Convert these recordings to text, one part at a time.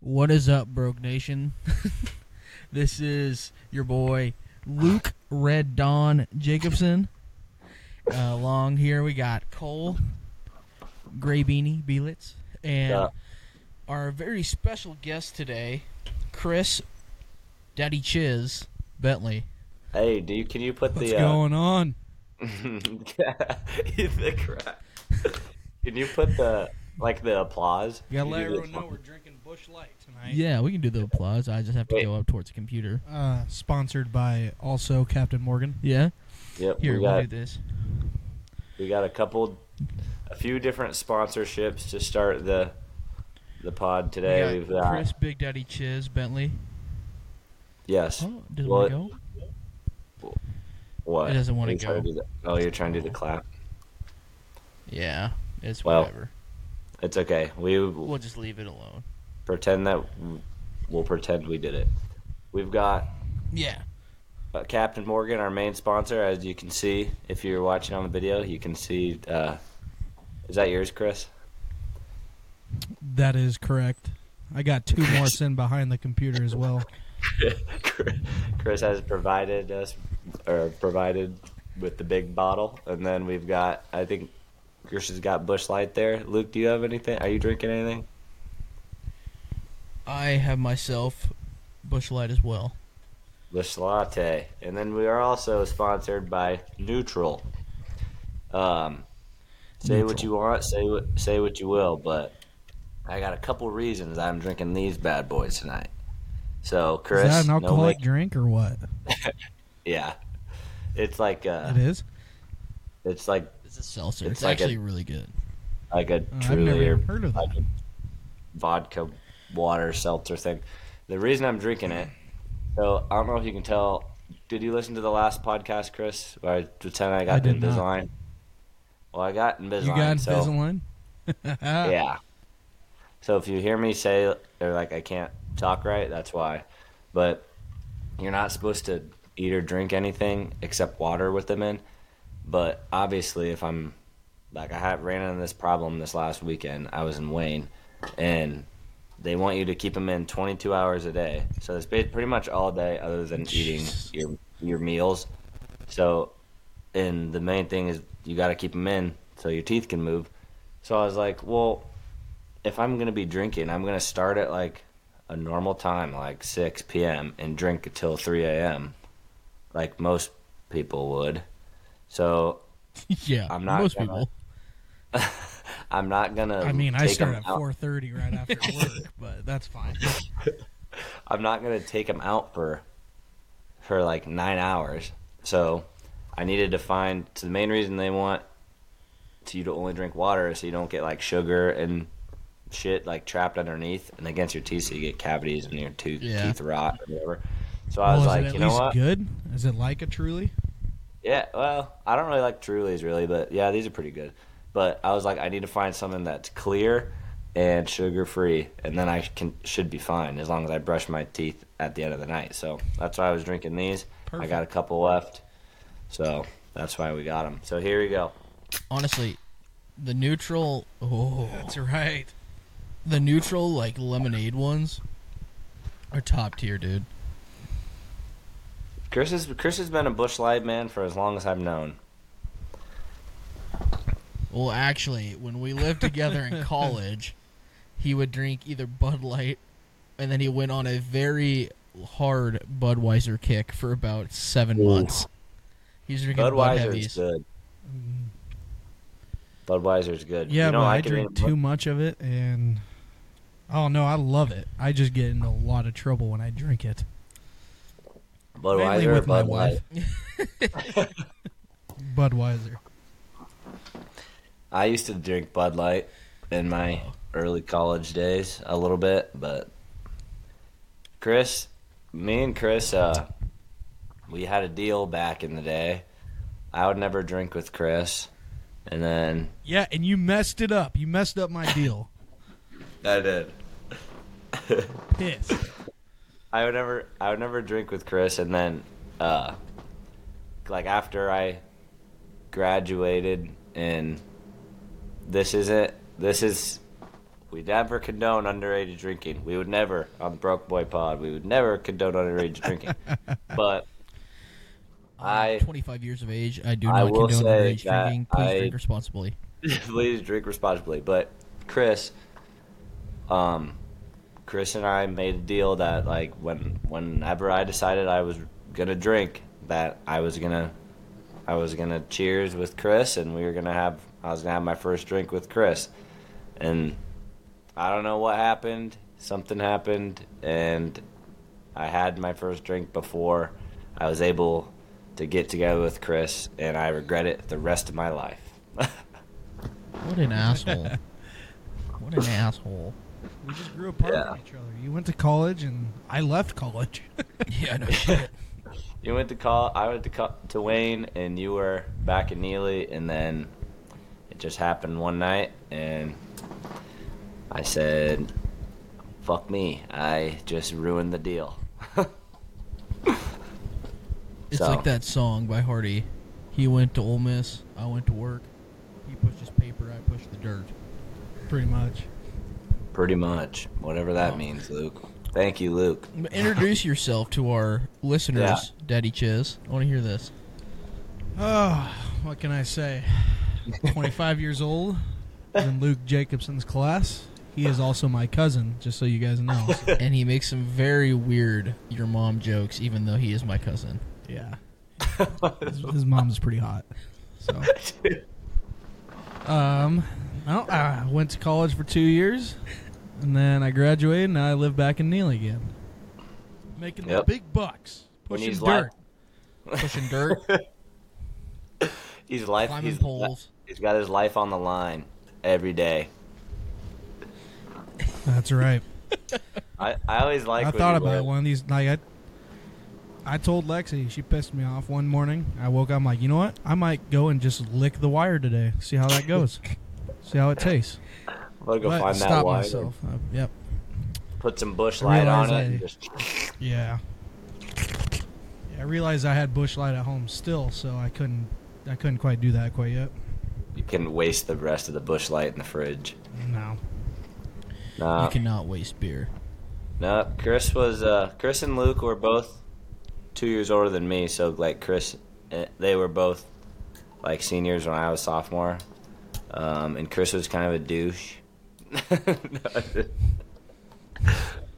What is up, Broke Nation? this is your boy Luke Red Dawn Jacobson. Uh, along here we got Cole, Gray Beanie Belitz, and Yeah. our very special guest today, Chris Daddy Chiz Bentley. Hey, do you, can you put What's the uh, going on? the crap? Can you put the like the applause? You gotta Can let you do everyone the- know we're drinking Bush Light tonight. Yeah, we can do the applause. I just have to Wait. go up towards the computer. Uh, sponsored by also Captain Morgan. Yeah, Yep, here we we'll got do this. we got a couple, a few different sponsorships to start the the pod today. we We've got got Chris Big Daddy Chiz Bentley. yes. Oh, does Well, it wanna go? What? It doesn't wanna Are you trying go. do the- oh, you're trying to do the clap. Yeah, it's Well, whatever. It's okay. We will We'll just leave it alone. pretend that we'll pretend we did it. We've got Yeah. uh, Captain Morgan, our main sponsor, as you can see, if you're watching on the video, you can see. Uh, is that yours, Chris? That is correct. I got two more sitting behind the computer as well. Chris has provided us, or provided with the big bottle, and then we've got. I think Chris has got Bush Light there. Luke, do you have anything? Are you drinking anything? I have myself Bush Light as well. Bush Latte, and then we are also sponsored by Neutral. Um, say what Neutral. you want, say what say what you will, but I got a couple reasons I'm drinking these bad boys tonight. So, Chris, is that an no alcoholic make- drink or what? yeah, it's like it a, is. it's like It's a seltzer. It's, It's like actually really good. like a Uh, I've truly never or even heard of that. like a vodka water seltzer thing. The reason I'm drinking it, so I don't know if you can tell. Did you listen to the last podcast, Chris? Where I pretend I got I did not. Invisalign. Well, I got Invisalign. You got so, Invisalign? Yeah. So if you hear me say or like I can't talk right, that's why. But you're not supposed to eat or drink anything except water with them in. But obviously, if I'm like I had ran into this problem this last weekend, I was in Wayne, and they want you to keep them in 22 hours a day. So it's ba- pretty much all day, other than eating Jesus. your your meals. So, and the main thing is you got to keep them in so your teeth can move. So I was like, well, if I'm gonna be drinking, I'm gonna start at like a normal time, like 6 p.m., and drink until 3 a.m., like most people would. So yeah. I'm not most gonna- people. I'm not gonna. I mean, I take 'em start at out. 4.30 right after work, but that's fine. I'm not gonna take them out for for like nine hours. So I needed to find. So the main reason they want to you to only drink water is so you don't get like sugar and shit like trapped underneath and against your teeth, so you get cavities and your tooth Yeah. teeth rot or whatever. So I was Well, is it like, at you know least what? good? Is it like a Truly? Yeah, well, I don't really like Trulies really, but yeah, these are pretty good. But I was like, I need to find something that's clear and sugar free, and then I can should be fine as long as I brush my teeth at the end of the night. So that's why I was drinking these. I got a couple left, so that's why we got them. So here we go. Honestly, the neutral. Oh, That's right. the neutral like lemonade ones are top tier, dude. Chris has Chris has been a Bush Light man for as long as I've known. Well, actually, when we lived together in college, he would drink either Bud Light, and then he went on a very hard Budweiser kick for about seven Ooh. months. He's drinking Bud Budweiser's Heavies. good. Budweiser's good. Mm. Yeah, You know, but I, I can drink eat- too much of it, and oh no, I love it. I just get into a lot of trouble when I drink it, mainly Budweiser, or with my Bud Light. wife. Budweiser. I used to drink Bud Light in my early college days a little bit, but Chris, me and Chris, uh, we had a deal back in the day. I would never drink with Chris, and then Yeah, and you messed it up. You messed up my deal. I did. Piss. I would never, I would never drink with Chris, and then, uh, like after I graduated, and this isn't, this is We never condone underage drinking. We would never on the Broke Boy Pod. We would never condone underage drinking. But I 25 years of age. I do I not will condone say underage that drinking. Please I- drink responsibly. please drink responsibly. But Chris, um, Chris and I made a deal that like when whenever I decided I was gonna drink, that I was gonna I was gonna cheers with Chris, and we were gonna have I was gonna have my first drink with Chris, and I don't know what happened. Something happened, and I had my first drink before I was able to get together with Chris, and I regret it the rest of my life. What an asshole. What an asshole. We just grew apart Yeah. from each other. You went to college, and I left college. Yeah, I know. You went to call. I went to call, to Wayne, and you were back at Neely, and then it just happened one night, and I said, "Fuck me! I just ruined the deal." It's So. like that song by Hardy. He went to Ole Miss. I went to work. He pushed his paper. I pushed the dirt. Pretty much. Pretty much, whatever that means, Luke. Thank you, Luke. Introduce yourself to our listeners, Yeah. Daddy Chiz. I want to hear this. Oh, what can I say? 25 years old. In Luke Jacobson's class. He is also my cousin, just so you guys know. So, and he makes some very weird your mom jokes, even though he is my cousin. yeah. His, his mom's pretty hot. So. Um, well, I went to college for two years, and then I graduated, and now I live back in Neely again. Making Yep. the big bucks. Pushing he's dirt. like- Pushing dirt, Uh. He's life. climbing He's, poles. he's got his life on the line every day. That's right. I, I always like. I when thought you about let- it one of these like I, I told Lexi, she pissed me off one morning. I woke up I'm like, you know what? I might go and just lick the wire today. See how that goes. see how it tastes. I'm gonna go But find that stop wire. myself. Uh, yep. Put some bush I light on realize it. and I- just Yeah. yeah. I realized I had bush light at home still, so I couldn't I couldn't quite do that quite yet. you can waste the rest of the bush light in the fridge. No. Nah. you cannot waste beer. No, Chris was uh, Chris and Luke were both two years older than me, so like Chris, eh, they were both like seniors when I was sophomore, um, and Chris was kind of a douche. no, I'm just-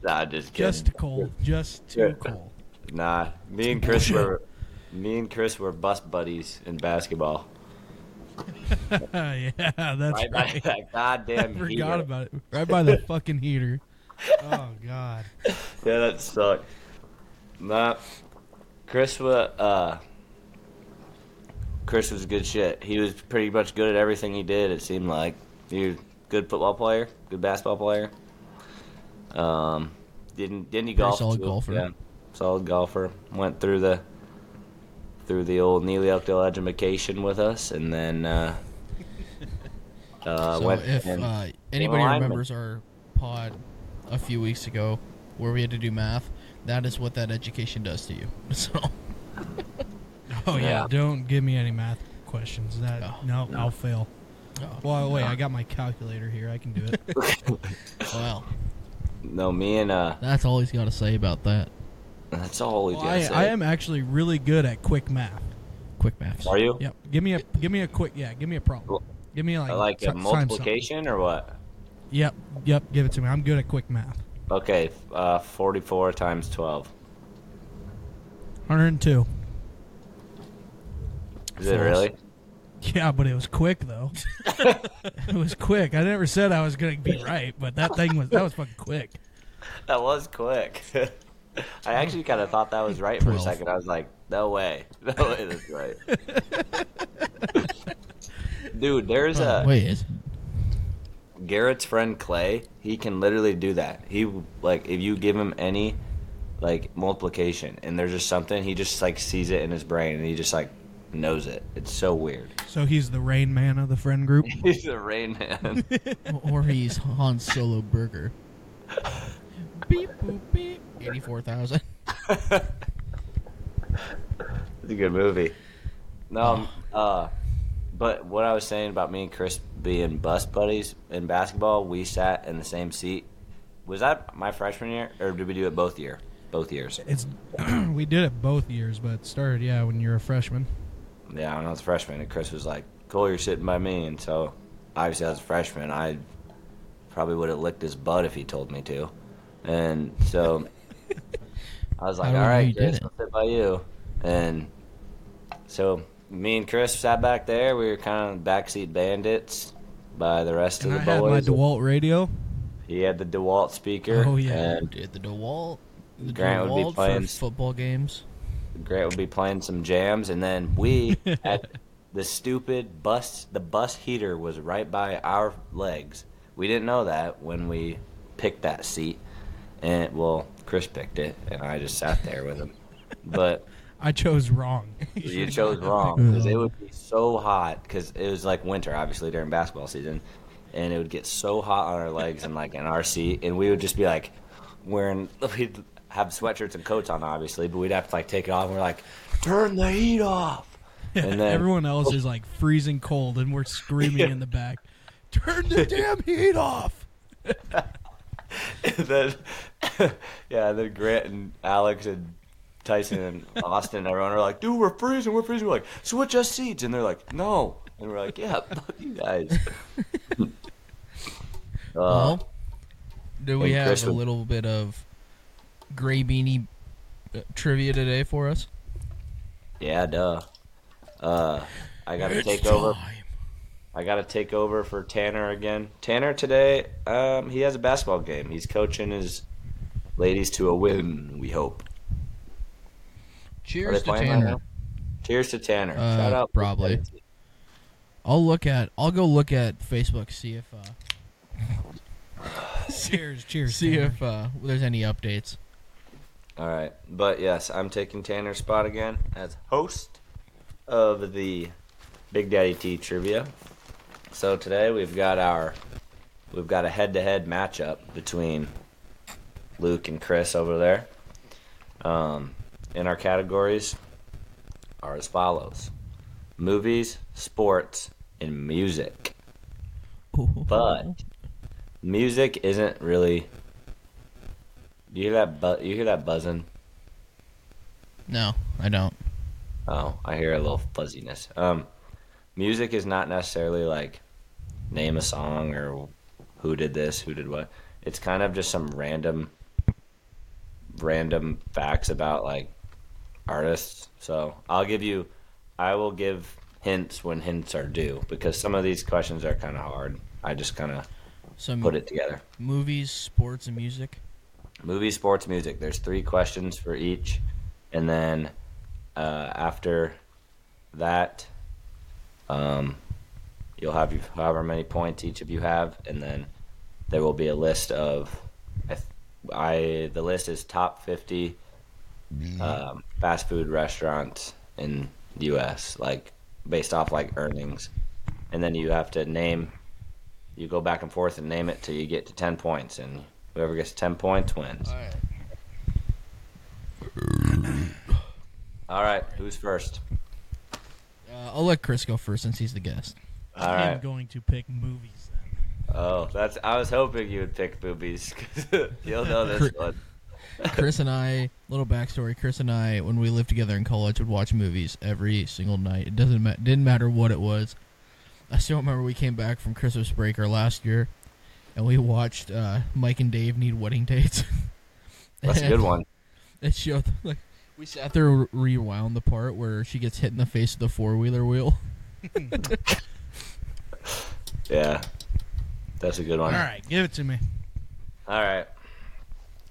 nah, I'm just kidding. Just cold. Just Yeah. too cold. Nah, me and Chris were me and Chris were bus buddies in basketball. yeah, that's Right by right. that I goddamn forgot heater. about it. Right by the fucking heater. Oh god. Yeah, that sucked. Nah, Chris was uh, Chris was good shit. He was pretty much good at everything he did. It seemed like he was a good football player, good basketball player. Um, didn't didn't he golf? solid too? golfer. Yeah, solid golfer. Went through the through the old Neely Oakdale education with us, and then uh, uh, so went if and- uh, anybody alignment. remembers our pod a few weeks ago where we had to do math, that is what that education does to you. So Oh yeah. Yeah. Don't give me any math questions. That Oh, no, I'll fail. Oh. Well, wait. I got my calculator here. I can do it. Well, no, me and uh, that's all he's got to say about that. that's E all we Well, gotta I, say. I am actually really good at quick math. Quick maths. Are you? Yep. Give me a give me a quick yeah. Give me a problem. Give me like like ti- a time multiplication or what? something. Yep. Yep. Give it to me. I'm good at quick math. Okay, uh, 44 times 12. 102. Is it False. really? Yeah, but it was quick though. it was quick. I never said I was gonna be right, but that thing was that was fucking quick. That was quick. I actually kind of thought that was right for a Twelve. second. I was like, no way. No way that's right. Dude, there's Oh, a wait, it's, Garrett's friend Clay. He can literally do that. He like if you give him any like multiplication and there's just something he just like sees it in his brain and he just like knows it. It's so weird. So he's the rain man of the friend group. He's a rain man. or he's Han Solo Burger. beep boop beep. Eighty-four thousand. It's a good movie. No, um, uh, but what I was saying about me and Chris being bus buddies in basketball, we sat in the same seat. Was that my freshman year, or did we do it both year? Both years. It's we did it both years, but it started yeah when you're a freshman. Yeah, when I was a freshman, and Chris was like, "Cole, you're sitting by me," and so obviously as a freshman, I probably would have licked his butt if he told me to, and so I was like, don't "All know how you right, did Chris, it." I'll sit by you," and so me and Chris sat back there. We were kind of backseat bandits by the rest And I of the had my boys. DeWalt radio. He had the DeWalt speaker. Oh, yeah. And Dude, the DeWalt. The Grant would be DeWalt playing- for football games. Grant would be playing some jams, and then we at the stupid bus. The bus heater was right by our legs. We didn't know that when we picked that seat, and well, Chris picked it, and I just sat there with him. But I chose wrong. you chose wrong because it would be so hot because it was like winter, obviously during basketball season, and it would get so hot on our legs and like in our seat, and we would just be like wearing we'd have sweatshirts and coats on, obviously, but we'd have to like take it off. and We're like, turn the heat off, and then Everyone else is like freezing cold, and we're screaming in the back. Turn the damn heat off. then yeah, then Grant and Alex and Tyson and Austin and everyone are like, dude, we're freezing, we're freezing. We're like, switch us seats, and they're like, no, and we're like, yeah, fuck you guys. Uh, well, do we and have Chris a would- little bit of gray beanie uh, trivia today for us? Yeah, duh. Uh, I gotta take over. I gotta take over for Tanner again. Tanner today, um, he has a basketball game. He's coaching his ladies to a win. We hope. Are Cheers they to playing right Tanner. now? Cheers to Tanner. Uh, Shout out, probably. I'll look at. I'll go look at Facebook see if uh, Cheers, cheers. see Tanner. if uh, there's any updates. All right, but yes, I'm taking Tanner's spot again as host of the Big Daddy T trivia. So today we've got our we've got a head-to-head matchup between Luke and Chris over there. Um, and our categories are as follows: movies, sports, and music. But music isn't really. You hear that? Bu- you hear that buzzing? no, I don't. Oh, I hear a little fuzziness. Um, music is not necessarily like name a song or who did this, who did what. It's kind of just some random, random facts about like artists. So I'll give you, I will give hints when hints are due because some of these questions are kind of hard. I just kind of Some put it together. movies, sports, and music. Movie, sports, music. There's three questions for each, and then uh, after that, um, you'll have you- however many points each of you have, and then there will be a list of I, th- I the list is top 50 um, fast food restaurants in the U.S. like based off like earnings, and then you have to name. You go back and forth and name it till you get to 10 points, and whoever gets 10 points wins. right. All right, who's first? Uh, I'll let Chris go first since he's the guest. All I am right. going to pick movies. Then. Oh, that's. I was hoping you would pick boobies. 'cause You'll know this Cr- one. Chris and I, little backstory. Chris and I, when we lived together in college, would watch movies every single night. It doesn't ma- didn't matter what it was. I still remember we came back from Christmas break or last year, and we watched uh, Mike and Dave Need Wedding Dates. That's a good one. It showed like we sat there and rewound the part where she gets hit in the face with the four wheeler wheel. Yeah, that's a good All one. right, give it to me. All right.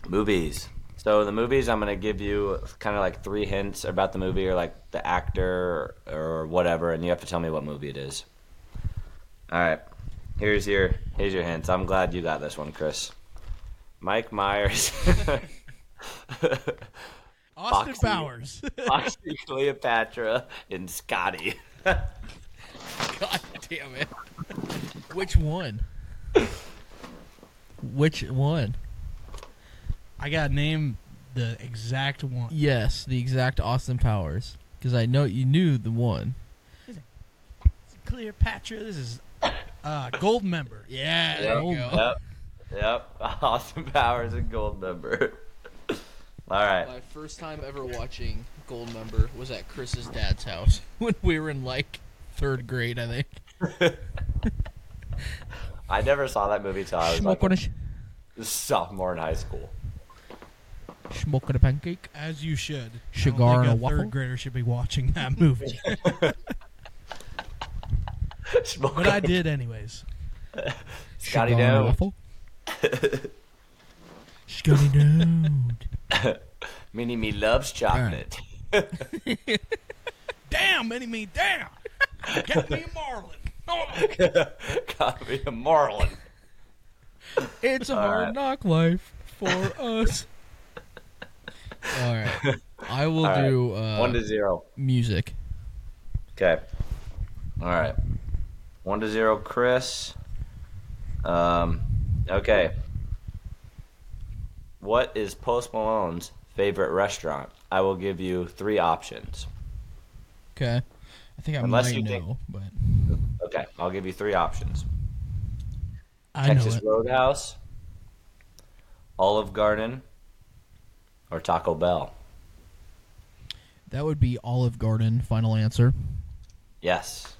Movies. So the movies I'm gonna give you kind of like three hints about the movie or like the actor or whatever, and you have to tell me what movie it is. All right. Here's your here's your hints. I'm glad you got this one, Chris. Mike Myers. Austin Foxy. Powers. Foxy Cleopatra and Scotty. God damn it! Which one? Which one? I gotta name the exact one. Yes, the exact Austin Powers. Because I know you knew the one. Cleopatra. This is uh, gold member. Yeah, Yep. there you go. Yep. Yep. Austin Powers and gold member. All right. My first time ever watching Goldmember was at Chris's dad's house when we were in like third grade, I think. I never saw that movie till I was like Smoke on a sh- sophomore in high school. smoke on a pancake. As you should. Cigar I don't think and a waffle? third grader should be watching that movie, Smoke but I did anyways. Scotty Sugar on a Dode. waffle. Scotty Dode. Mini Me loves chocolate. Damn, mini me, damn. Get me a marlin. Got me a Marlin. It's a All hard right. knock life for us. All right. I will All right. do uh, One to zero. music. Okay. All right. One to zero, Chris. Um, okay. What is Post Malone's favorite restaurant? I will give you three options. Okay. I think I Unless might you know, think- but Okay, I'll give you three options I Texas know it. Roadhouse, Olive Garden, or Taco Bell. that would be Olive Garden. Final answer. Yes.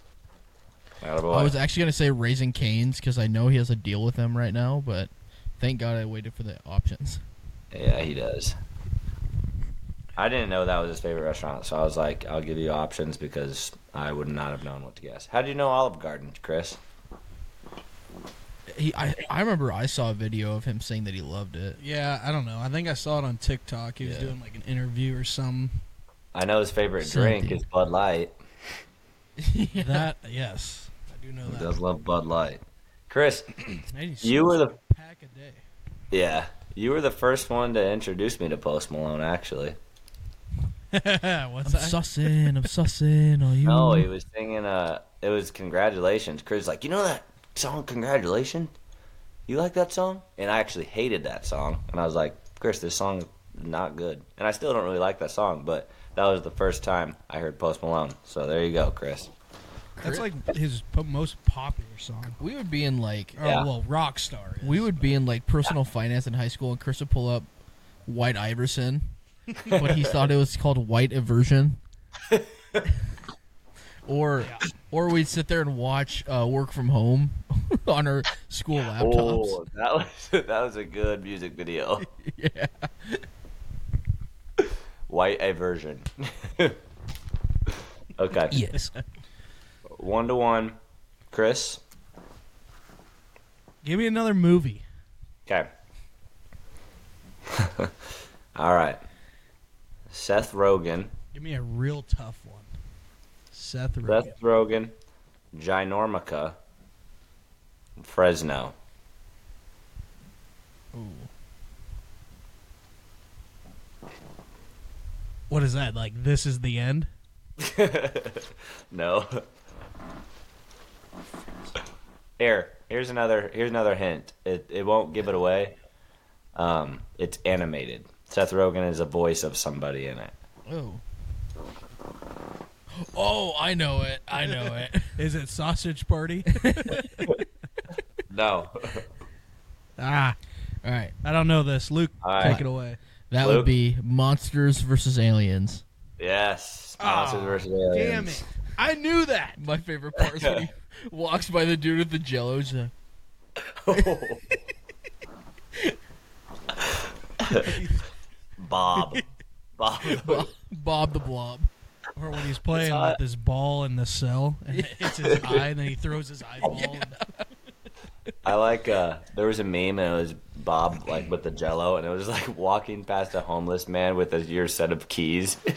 Atta boy. I was actually gonna say Raising Canes because I know he has a deal with them right now, but thank God I waited for the options. Yeah, he does. I didn't know that was his favorite restaurant, so I was like, I'll give you options because I would not have known what to guess. How do you know Olive Garden, Chris? He, I, I remember I saw a video of him saying that he loved it. Yeah, I don't know. I think I saw it on TikTok. He was Yeah. doing like an interview or something. I know his favorite Something. drink is Bud Light. That yes, I do know He that. does love Bud Light. Chris, Canadian you smoke were the a pack a day. yeah, you were the first one to introduce me to Post Malone. Actually, What's I'm that? sussing, I'm sussing on you. no, he was singing. Uh, it was congratulations. Chris was like, you know that song, congratulations. You like that song? And I actually hated that song. And I was like, Chris, this song is not good. And I still don't really like that song, but that was the first time I heard Post Malone. So there you go, Chris. That's like his po- most popular song. we would be in like Or, Yeah. well, rock star. Is. we would be in like personal finance in high school, and Chris would pull up White Iverson, but he thought it was called White Aversion. or or we'd sit there and watch uh, work from home on our school laptops. Oh, that was that was a good music video. Yeah. White aversion. okay, Yes. one to one, Chris. Give me another movie. Okay. All right. Seth Rogen. Give me a real tough one. Seth Rogen. Seth Rogen, Ginormica, Fresno. What is that? Like this is the end? No. Here, here's another here's another hint. It it won't give it away. Um, it's animated. Seth Rogen is a voice of somebody in it. Oh. Oh, I know it. I know it. Is it Sausage Party? No. ah, All right. I don't know this. Luke, All right. take it away. That Luke? would be Monsters versus Aliens. yes. Monsters Ah, versus Damn aliens. it! I knew that. My favorite part is when he walks by the dude with the jello. He's like, Bob. Bob. Bob, Bob the Blob. Or when he's playing hot. with this ball in the cell and it hits his eye, and then he throws his eyeball. I like uh there was a meme and it was Bob like with the jello and it was like walking past a homeless man with a your set of keys.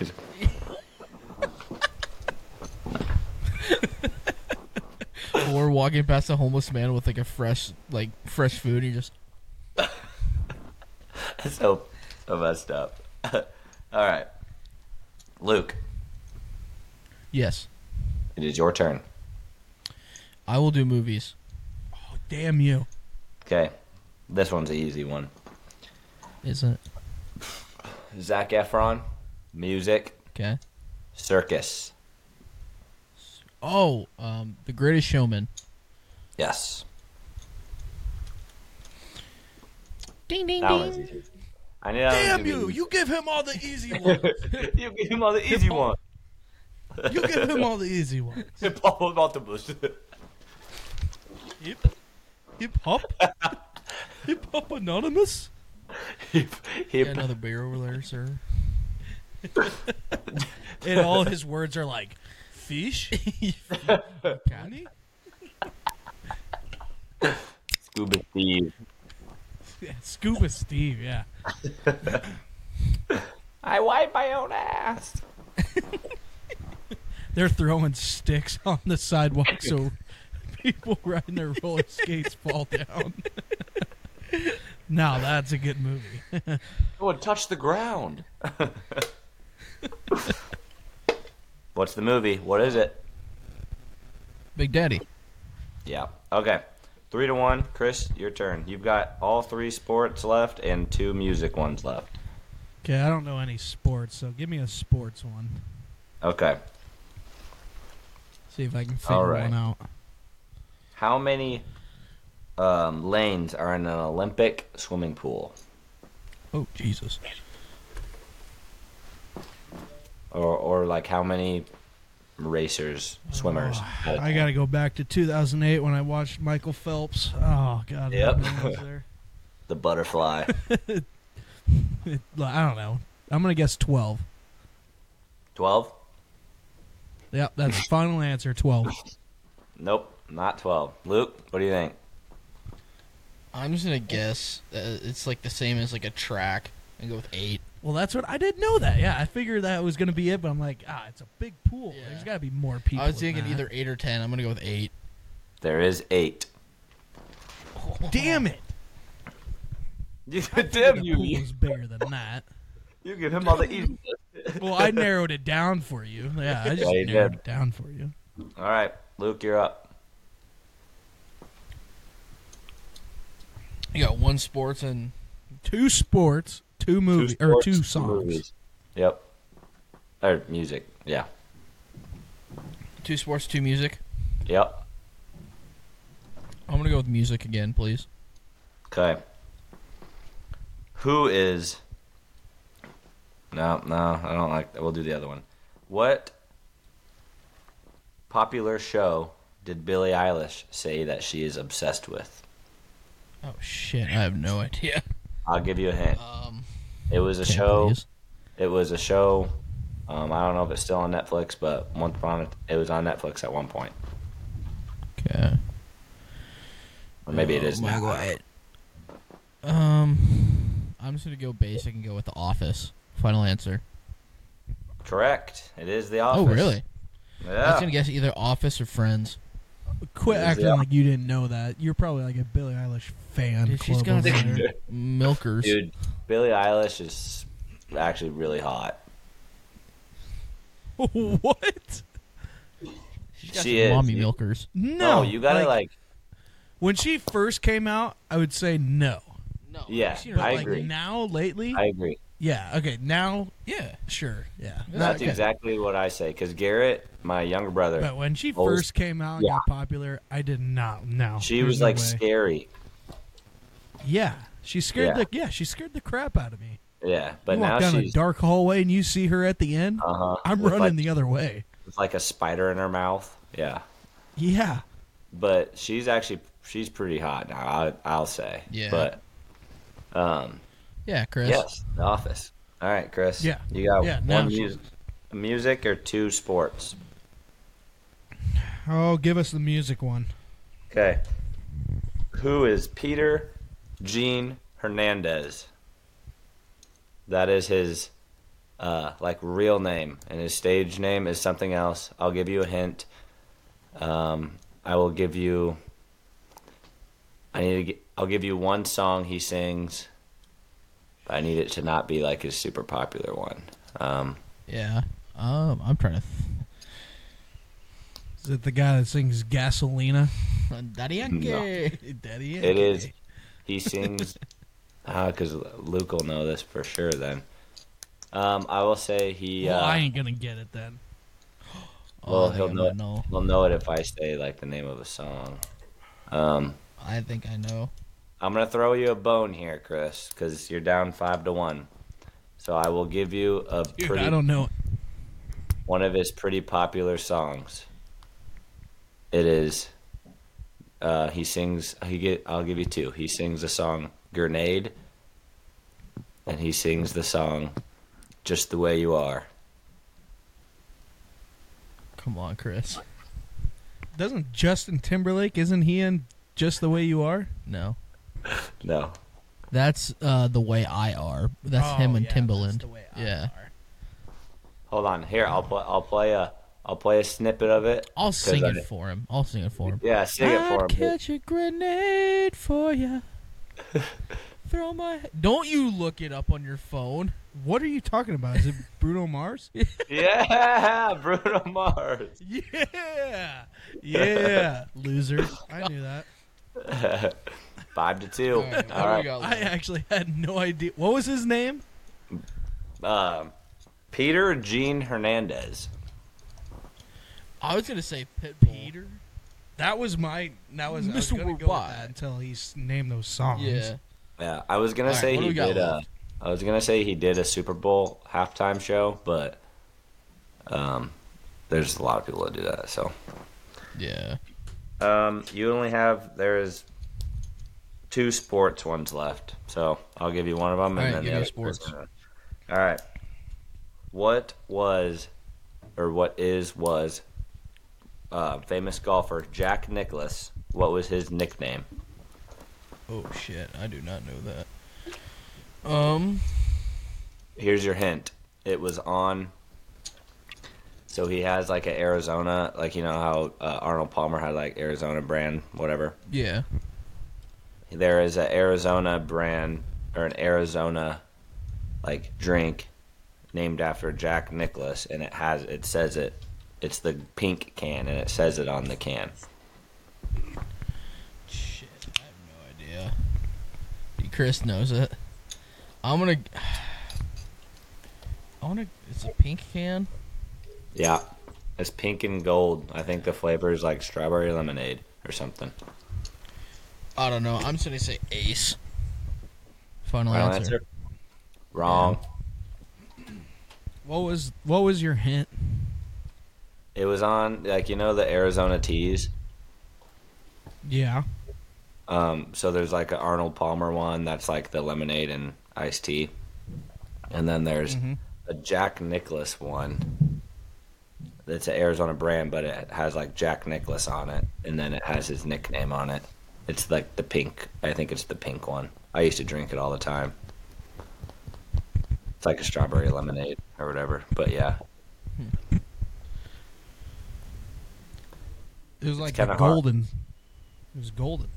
Or walking past a homeless man with like a fresh, like fresh food. And he just so so messed up. All right. Luke, yes, it is your turn. I will do movies. Oh, damn you! Okay. This one's an easy one. Isn't it? Zach Efron, music, Okay. circus. Oh, um, The Greatest Showman. Yes. Ding ding That one's easy. I knew that one was Damn gonna you! be You give him all the easy ones. easy. you gave him all the easy one. You give him all the easy ones. Paul Octopus. Hip, hip hop, hip hop anonymous. Hip, Got hip. another beer over there, sir. And all his words are like fish, God. honey. Scuba Steve. Yeah, Scuba Steve, yeah. I wipe my own ass. They're throwing sticks on the sidewalk so people riding their roller skates fall down. now that's a good movie. No one touched the ground. What's the movie? What is it? Big Daddy. Yeah. Okay. Three to one. Chris, your turn. You've got all three sports left and two music ones left. Okay, I don't know any sports, so give me a sports one. Okay. See if I can figure All right. one out. How many um, lanes are in an Olympic swimming pool? Oh Jesus. Or, or like how many racers, swimmers? Oh, uh, I gotta go back to 2008 when I watched Michael Phelps. Oh God, Yep. that man was there. The butterfly. It- I don't know. I'm gonna guess 12. 12? Yep, that's the final answer. 12. Nope, not 12. Luke, what do you think? I'm just gonna guess uh, it's like the same as like a track and go with eight. Well, that's what I didn't know that. Yeah, I figured that was gonna be it, but I'm like, ah, it's a big pool. Yeah. There's gotta be more people. I was than thinking that. either eight or ten. I'm gonna go with eight. There is eight. Damn it! You, the damn you. pool You, was bigger than that. you give him all the easy. Well, I narrowed it down for you. Yeah, I just Yeah, you narrowed did. it down for you. All right, Luke, you're up. You got one sports and Two sports, two movies, or sports, two songs. movies. Yep. Or music. Yeah. two sports, two music. Yep. I'm gonna go with music again, please. Okay. Who is. No, no, I don't like that. We'll do the other one. What popular show did Billie Eilish say that she is obsessed with? Oh shit, I have no idea. I'll give you a hint. Um, It was a can't show. please. It was a show. Um, I don't know if it's still on Netflix, but once upon a, it was on Netflix at one point, Okay. or maybe it Oh, is my now. God. Um, I'm just gonna go basic and go with the Office. Final answer. Correct. It is The Office. Oh really? I was Yeah. gonna guess either Office or Friends. Quit Yeah. acting like you didn't know that. You're probably like a Billie Eilish fan. Dude, she's club going over there. to milkers. Dude, Billie Eilish is actually really hot. what? She's got she some is. mommy You- milkers. No, No, Oh, you gotta like. when she first came out. I would say no. No. Yeah, I've seen her But I like like- agree. now, lately, I agree. yeah. Okay, now, Yeah. sure, yeah. Yeah. That's okay. exactly what I say. Because Garrett, my younger brother, But when she Always- first came out and Yeah. got popular, I did not know. she There's was no like way. scary. yeah. She scared Yeah. the yeah. She scared the crap out of me. Yeah, but you now walk down a she's. dark hallway and you see her at the end. Uh-huh, I'm with, like, running the other way. with like a spider in her mouth. Yeah, Yeah. but she's actually she's pretty hot now. I, I'll say. Yeah. But Yeah, Chris. Yes, The Office. All right, Chris. Yeah. You got Yeah, now one she- music, music or two sports. Oh, give us the music one. Okay. Who is Peter Gene Hernandez? That is his uh, like real name, and his stage name is something else. I'll give you a hint. Um, I will give you. I need to. Get, I'll give you one song he sings. But I need it to not be like his super popular one. Um, Yeah. Um, I'm trying to. Th- Is it the guy that sings Gasolina? Daddy Yankee. Daddy It Yankee. is. He sings. Because Luke will know this for sure. Then, um, I will say he. Well, Oh, I Uh, ain't gonna get it then. Oh, Well, I he'll think I know might it. know. He'll know it if I say like the name of a song. Um, I think I know. I'm gonna throw you a bone here, Chris, because you're down five to one. So I will give you a Dude, pretty I don't know. one of his pretty popular songs. It is. Uh, he sings. He get. I'll give you two. He sings the song "Grenade," and he sings the song "Just the Way You Are." Come on, Chris. Doesn't Justin Timberlake? Isn't he in Just the Way You Are? No. No, That's uh, the way I are. Oh, That's Oh, him and Timbaland. yeah. hold on. Here, I'll play. I'll play a. I'll play a snippet of it. I'll 'cause sing I- it for him. I'll sing it for him. Yeah, sing it for I'd him. catch a grenade for ya. Throw my. Don't you look it up on your phone. What are you talking about? Is it Bruno Mars? Yeah, Bruno Mars. Yeah. yeah, loser. I knew that. Five to two. All right. All right. I actually had no idea. What was his name? Um, Peter Gene Hernandez. I was gonna say Pit Peter. That was my. That was I was Mr. gonna go with Worldwide. that until he s- named those songs. Yeah. Yeah, I was gonna All right, say what do he we got did. Uh, I was gonna say he did a Super Bowl halftime show, but um, there's a lot of people that do that. So Yeah. um, you only have there is two sports ones left. So I'll give you one of them, All right, and then give me the other sports. person. All right. What was, or what is was, uh, famous golfer Jack Nicklaus? What was his nickname? Oh shit! I do not know that. Um. here's your hint. It was on. So he has like a Arizona, like you know how uh, Arnold Palmer had like Arizona brand, whatever. Yeah. There is a Arizona brand or an Arizona like drink named after Jack Nicholas, and it has it says it. It's the pink can, and it says it on the can. Shit. I have no idea. Chris knows it. I'm gonna. I wanna. It's a pink can. Yeah, it's pink and gold. I think the flavor is like strawberry lemonade or something. I don't know. I'm just gonna say Ace. Final, Final answer. answer. Wrong. What was What was your hint? It was on like you know the Arizona tees. Yeah. Um, so there's like an Arnold Palmer one that's like the lemonade and iced tea, and then there's Mhm. a Jack Nicholas one. That's an Arizona brand, but it has like Jack Nicholas on it, and then it has his nickname on it. It's like the pink. I think it's the pink one. I used to drink it all the time. It's like a strawberry lemonade or whatever. But yeah, It was like kinda the hard. golden. It was golden.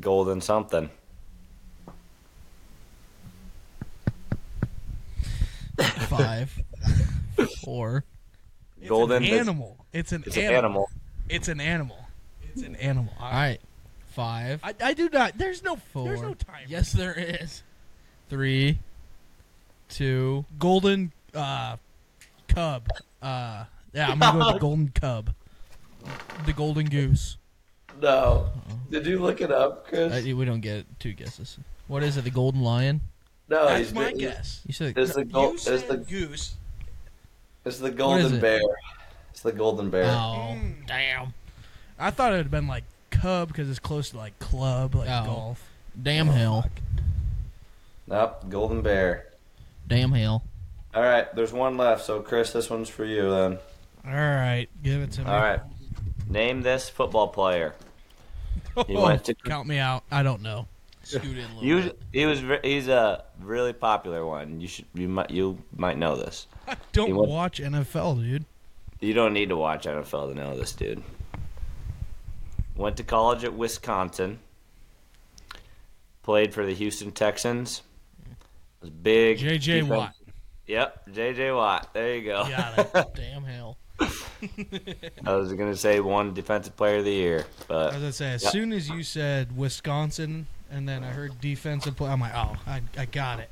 golden something. Five. Four. It's golden an that's- animal. It's an It's animal. an animal. It's an animal. It's an animal. All right. Five. I, I do not. There's no. four. There's no time. Yes, there is. Three. Two. Golden uh, cub. Uh, yeah, I'm gonna go with the golden cub. The golden goose. No. Did you look it up, Chris? Uh, we don't get two guesses. What is it? The golden lion? no, That's my guess. You said It's the gold. you It's said the goose. it's the is golden it? bear. It's the golden bear. Oh, damn. I thought it would have been like cub because it's close to like club, like Oh. golf. Damn hell. Nope, golden bear. Damn hell. All right, there's one left. So Chris, this one's for you then. All right, give it to me. All right, name this football player. He Oh, went to- count me out. I don't know. Scoot in a little You bit. he was re- he's a really popular one. You should you might you might know this. I He don't went- watch NFL, dude. You don't need to watch NFL to know this dude. Went to college at Wisconsin. Played for the Houston Texans. Was big. J.J. defense- Watt. Yep, JJ Watt. There you go. Got it. Damn hell. I was gonna say one defensive player of the year, I was but gonna say, as Yep. soon as you said Wisconsin, and then I heard defensive play, I'm like, oh, I, I got it.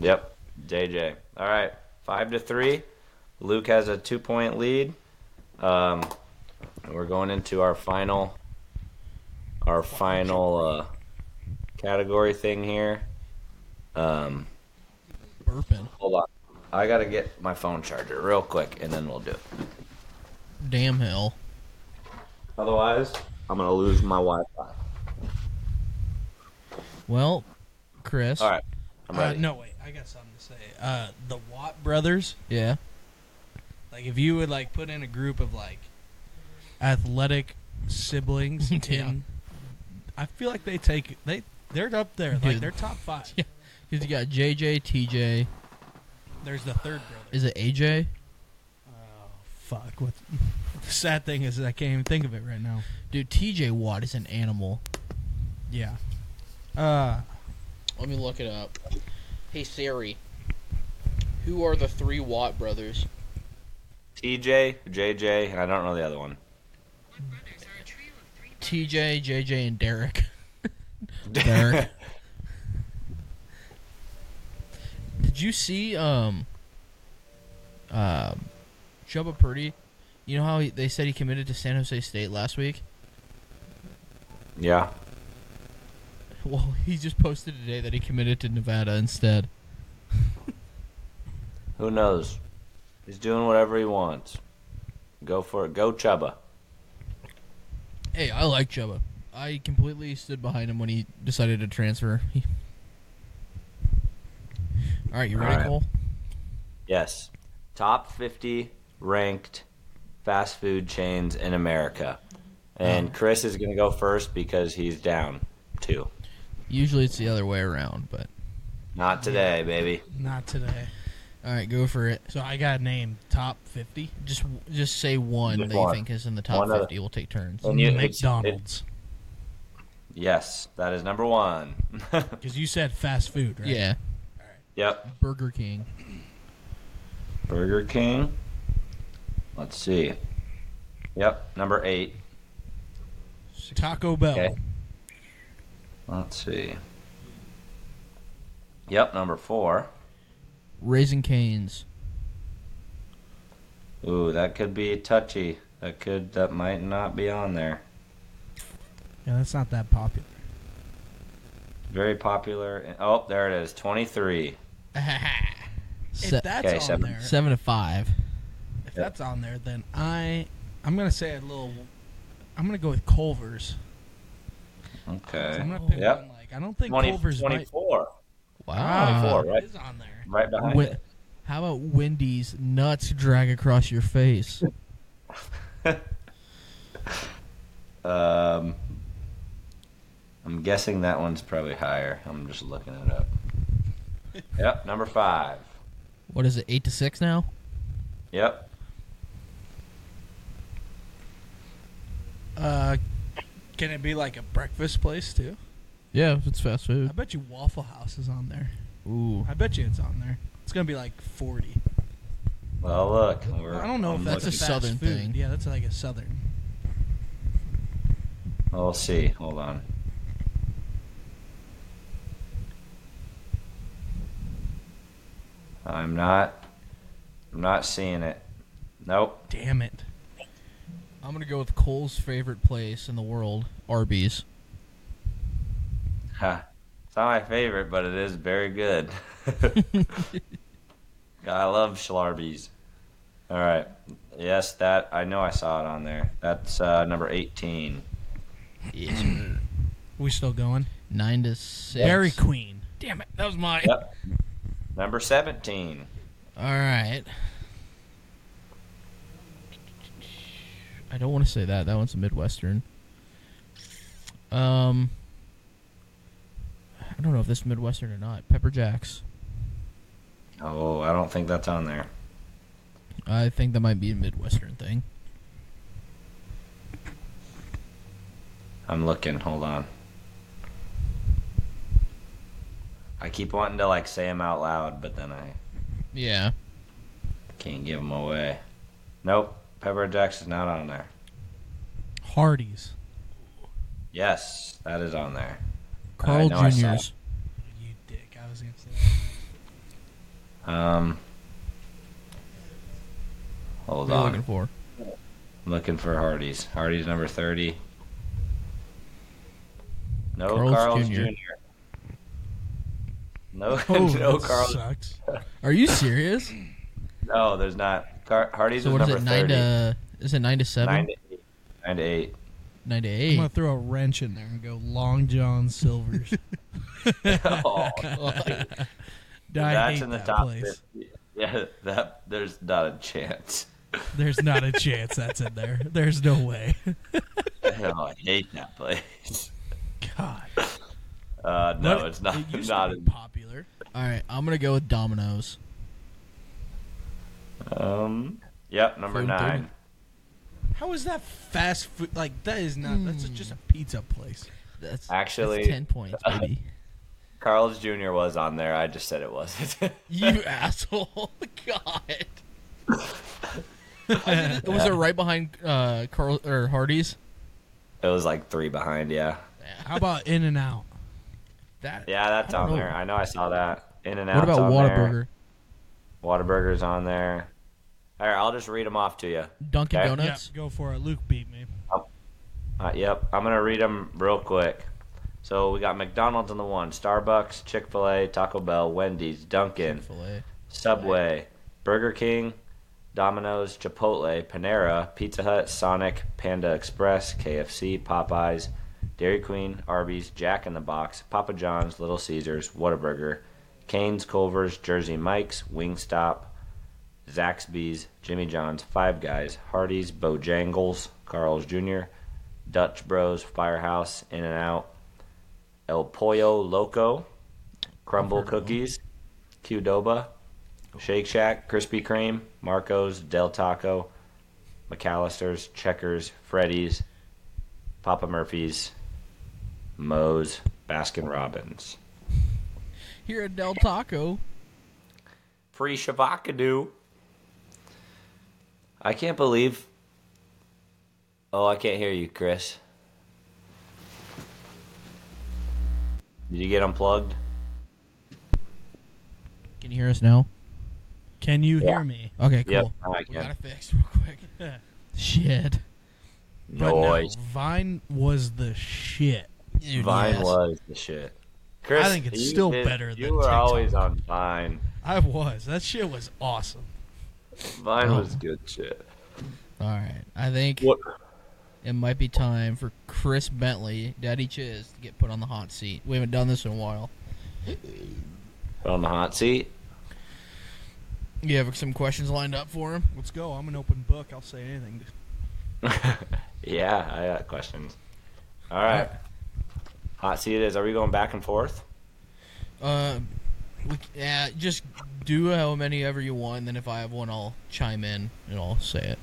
yep, JJ. All right, five to three. Luke has a two-point lead. Um, we're going into our final, our final uh, category thing here. Um, Burping. hold on, I gotta get my phone charger real quick, and then we'll do it. Damn hell. Otherwise, I'm gonna lose my Wi-Fi. Well, Chris. All right, I'm Uh, ready. no, wait. I got something to say. Uh, the Watt brothers. Yeah. Like, if you would like put in a group of like athletic siblings, Yeah. ten, I feel like they take they they're up there. Like Dude. they're top five. Yeah. Because you got JJ, TJ. There's the third brother. Is it AJ? oh fuck! What the sad thing is, I can't even think of it right now. Dude, TJ Watt is an animal. Yeah. Uh, Let me look it up. Hey Siri, who are the three Watt brothers? TJ, JJ, and I don't know the other one. Watt brothers are a trio of three TJ, JJ, and Derek. Derek. Did you see um uh Chuba Purdy? You know how he, they said he committed to San Jose State last week? yeah. Well, he just posted today that he committed to Nevada instead. Who knows? He's doing whatever he wants. Go for it. Go Chuba. Hey, I like Chuba. I completely stood behind him when he decided to transfer. He- All right, you ready, All right. Cole? Yes. Top 50 ranked fast food chains in America. And Chris is going to go first because he's down two. Usually it's the other way around, but Not today, baby. not today. all right, go for it. So I got a name. Top fifty. Just just say one Just that you one. think is in the top One other. 50. We'll take turns. And you- it's- it- McDonald's. yes, that is number one. Because you said fast food, right? Yeah, yep. Burger King. Burger King. Let's see. Yep, number eight. Taco Bell. Okay. Let's see. Yep, number four. Raising Canes. Ooh, that could be touchy. That could that might not be on there. Yeah, that's not that popular. Very popular. Oh, there it is. 23. If Se- that's Okay, on seven. there, seven to five. if that's on there, then I, I'm gonna say a little. I'm gonna go with Culver's. So I'm Okay. gonna pick Yep. one like I don't think 20, Culver's might. ah, 24. Wow. 24, right? is on there. Right behind Wi- how about Wendy's nuts drag across your face? it. Um, I'm guessing that one's probably higher. I'm just looking it up. yep, number five. What is it? Eight to six now? Yep. Uh, can it be like a breakfast place too? Yeah, it's fast I food. bet you Waffle House is on there. Ooh, I bet you it's on there. It's gonna be like forty. Well, look. We're, I don't know if I'm that's a looking- fast Southern food. thing. Yeah, that's like a southern. We'll see. Hold on. I'm not. I'm not seeing it. Nope. Damn it. I'm gonna go with Cole's favorite place in the world, Arby's. Huh. It's not my favorite, but it is very good. I love Schlarbies. All right. Yes, that I know I saw it on there. That's uh, number 18. We still going? Nine to six. Dairy Queen. Damn it, that was mine. Yep. number 17. All right. I don't want to say that. That one's a Midwestern. Um, I don't know if this is Midwestern or not. Pepper Jacks. Oh, I don't think that's on there. I think that might be a Midwestern thing. I'm looking. Hold on. I keep wanting to like say them out loud, but then I Yeah. can't give them away. Nope. Pepper Jacks is not on there. Hardee's. Yes, that is on there. Carl know I saw Jr.'s. You dick. I was gonna say. Um, hold What are you on. looking for? I'm looking for Hardee's. Hardee's number 30. No Carl's Carl's, Jr.. Jr. No, Oh, no that Carl's. sucks. Are you serious? No, there's not. Car- Hardee's so is what is number it? Nine 30. to is it nine to seven? Nine to eight. Nine to eight. Nine to I'm gonna eight. throw a wrench in there and go Long John Silver's. Oh, I that's hate in the that top place. 50. Yeah, that there's not a chance. There's not a chance that's in there. There's no way. oh, I hate that place. God, Uh, no, What- it's not. It used not to be in, popular. All right, I'm gonna go with Domino's. um. Yep, number Food nine. How is that fast food? Like that is not. That's a- just a pizza place. That's Actually- that's ten points, baby. Carl's Jr. was on there. I just said it wasn't. you asshole! God. I did- was it right behind uh, Carl or Hardee's? It was like three behind, yeah. How about In and Out? That. Yeah, that's I don't on know. there. I know I saw that. In and out. What about Whataburger? Whataburger's on there. All right, I'll just read them off to you. Dunkin' Okay. Donuts. go for it. Luke beat me. Uh, yep, I'm gonna read them real quick. So we got McDonald's on the one, Starbucks, Chick Fil A, Taco Bell, Wendy's, Dunkin', Chick-fil-A. Subway, Burger King, Domino's, Chipotle, Panera, Pizza Hut, Sonic, Panda Express, KFC, Popeyes, Dairy Queen, Arby's, Jack in the Box, Papa John's, Little Caesars, Whataburger, Cane's, Culver's, Jersey Mike's, Wingstop, Zaxby's, Jimmy John's, Five Guys, Hardee's, Bojangles, Carl's Jr., Dutch Bros, Firehouse, In and Out, El Pollo Loco, Crumble Cookies, Qdoba, Shake Shack, Krispy Kreme, Marco's, Del Taco, McAllister's, Checkers, Freddy's, Papa Murphy's, Moe's, Baskin Robbins. Here at Del Taco. Free Shavakadu. I can't believe. Oh, I can't hear you, Chris. Did you get unplugged? Can you hear us now? Can you Yeah. hear me? Okay, cool. Yep, now I We can. got it fixed real quick. Shit. But no, Noise. Vine was the shit. Dude, Vine yes. was the shit. Chris, think it's you still did- better You than were TikTok. always on Vine. I was. That shit was awesome. Vine Oh. was good shit. All right. I think What? it might be time for Chris Bentley, Daddy Chiz, to get put on the hot seat. We haven't done this in a while. On the hot seat? You have some questions lined up for him? Let's go. I'm an open book. I'll say anything. Yeah, I got questions. All right. Hot seat it is. Are we going back and forth? Uh, we, yeah, just do how many ever you want, and then if I have one, I'll chime in and I'll say it.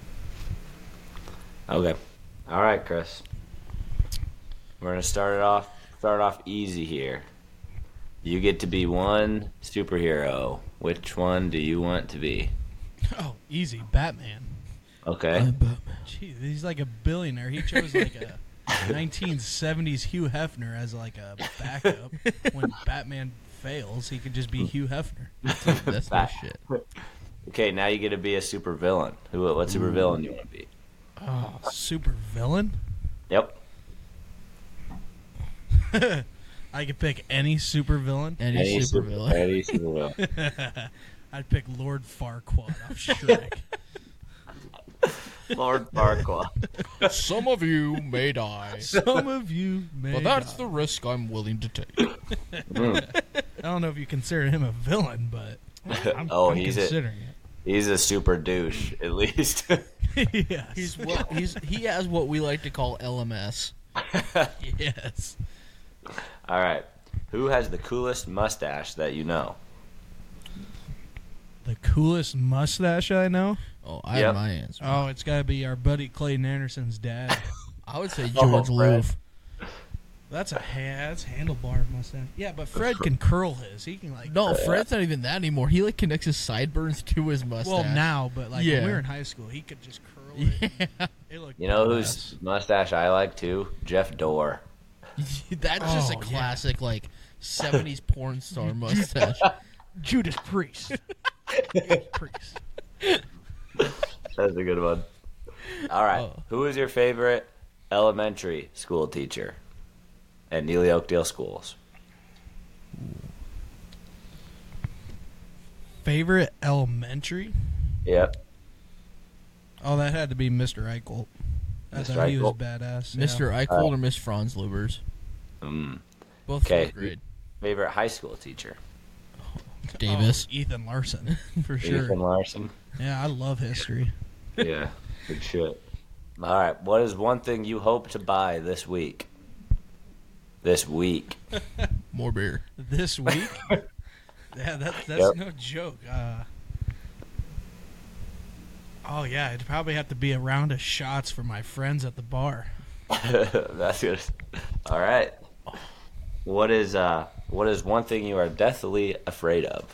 Okay. All right, Chris. We're gonna start it off. Start off easy here. You get to be one superhero. Which one do you want to be? Oh, easy. Batman. Uh, Okay. Jeez, he's like a billionaire. He chose like a 1970s Hugh Hefner as like a backup. when Batman fails, he could just be Hugh Hefner. That's no shit. Okay. Now you get to be a supervillain. Who? What supervillain do you want to be? Oh, super villain? Yep. I could pick any super villain. Any, super villain. Any supervillain. I'd pick Lord Farquaad off Shrek. Lord Farquaad. Some of you may die, Some of you may. but that's not. the risk I'm willing to take. I don't know if you consider him a villain, but I'm, Oh, I'm he's a- considering He's a super douche, at least. it. yes. He's what he's he has what we like to call LMS. yes. All right. Who has the coolest mustache that you know? The coolest mustache I know. Oh, I Yep. have my answer. Oh, it's got to be our buddy Clayton Anderson's dad. I would say Oh, George Fred. Louvre. That's a ha- that's handlebar mustache. Yeah, but Fred can curl his. He can like No, Fred's not even that anymore. He like connects his sideburns to his mustache. well now, but like Yeah. when we were in high school, he could just curl it. it looked You know whose badass. mustache I like too? Jeff Dore. that's just a Oh, yeah. classic like '70s porn star mustache. Judas Priest. Judas Priest. That's a good one. All right. Oh. Who is your favorite elementary school teacher at Neely Oakdale schools? Favorite elementary? Yep. Oh, that had to be Mr. Eichel. I Mr. thought he was Eichel. badass. yeah. Mr. Eichel or Miss Franz Lubers? Mm. Both Okay. fourth grade. Favorite high school teacher? Davis. Oh, Ethan Larson, for sure. Ethan Larson. Yeah, I love history. Yeah. Good shit. All right. What is one thing you hope to buy this week? This week. More beer. This week? yeah, that, that's Yep. no joke. Uh, oh, yeah, it'd probably have to be a round of shots for my friends at the bar. That's good. All right. What is uh what is one thing you are deathly afraid of?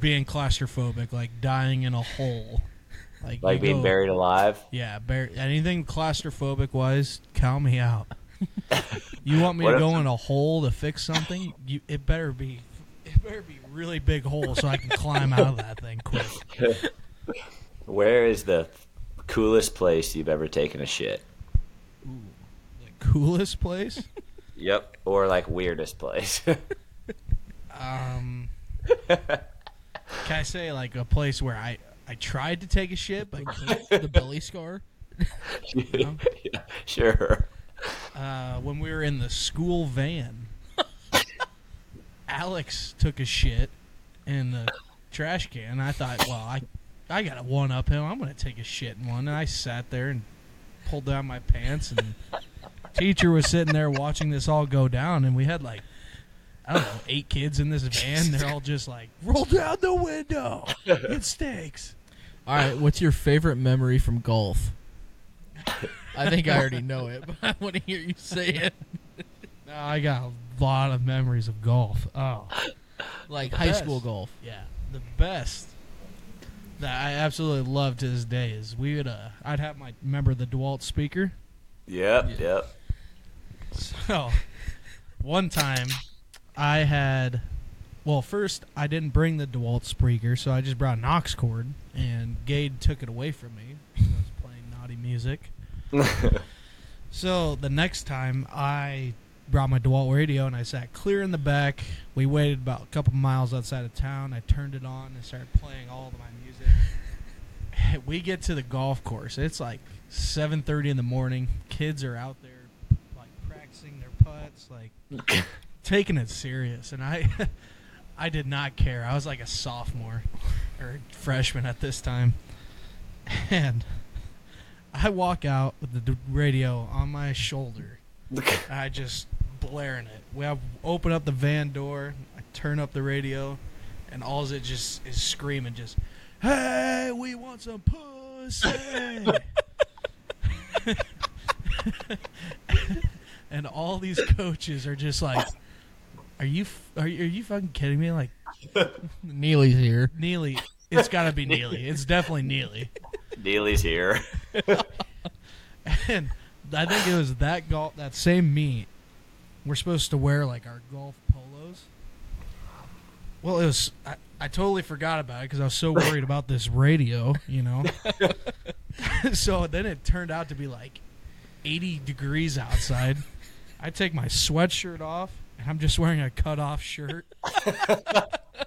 Being claustrophobic, like dying in a hole. Like, Like you being go- buried alive? Yeah, bur- anything claustrophobic wise, count me out. you want me What to if- go in a hole to fix something? You, it better be, it better be a really big hole so I can climb out of that thing quick. Where is the coolest place you've ever taken a shit? The coolest place? Yep. Or like weirdest place. Um, can I say like a place where I I tried to take a shit, but the belly scar. Yeah, sure. uh, when we were in the school van, Alex took a shit in the trash can. I thought, well, I I gotta one up him. I'm gonna take a shit in one. And I sat there and pulled down my pants, and teacher was sitting there watching this all go down, and we had like. I don't know, eight kids in this van. They're all just like, roll down the window. It stinks. All right, what's your favorite memory from golf? I think I already know it, but I want to hear you say it. No, I got a lot of memories of golf. Oh, Like The high best. school golf. yeah, the best that I absolutely love to this day is we would uh, I'd have my remember the Dewalt speaker. Yep, yep. So one time I had, well, first I didn't bring the Dewalt speaker, so I just brought an aux cord, and Gade took it away from me. I was playing naughty music. So the next time I brought my DeWalt radio and I sat clear in the back. We waited about a couple miles outside of town. I turned it on and started playing all of my music. we get to the golf course. It's like 7:30 in the morning. Kids are out there like practicing their putts, like taking it serious. And I I did not care. I was like a sophomore or freshman at this time. And I walk out with the d- radio on my shoulder. I just blaring it. We have open up the van door. I turn up the radio, and all's it just is screaming, just "Hey, we want some pussy!" and all these coaches are just like, "Are you f- are you, are you fucking kidding me?" Like Neely's here. Neely, it's got to be Neely. It's definitely Neely. Neely's here. and I think it was that golf that same meet. We're supposed to wear like our golf polos. Well, it was I, I totally forgot about it because I was so worried about this radio, you know. so then it turned out to be like 80 degrees outside. I take my sweatshirt off and I'm just wearing a cutoff shirt.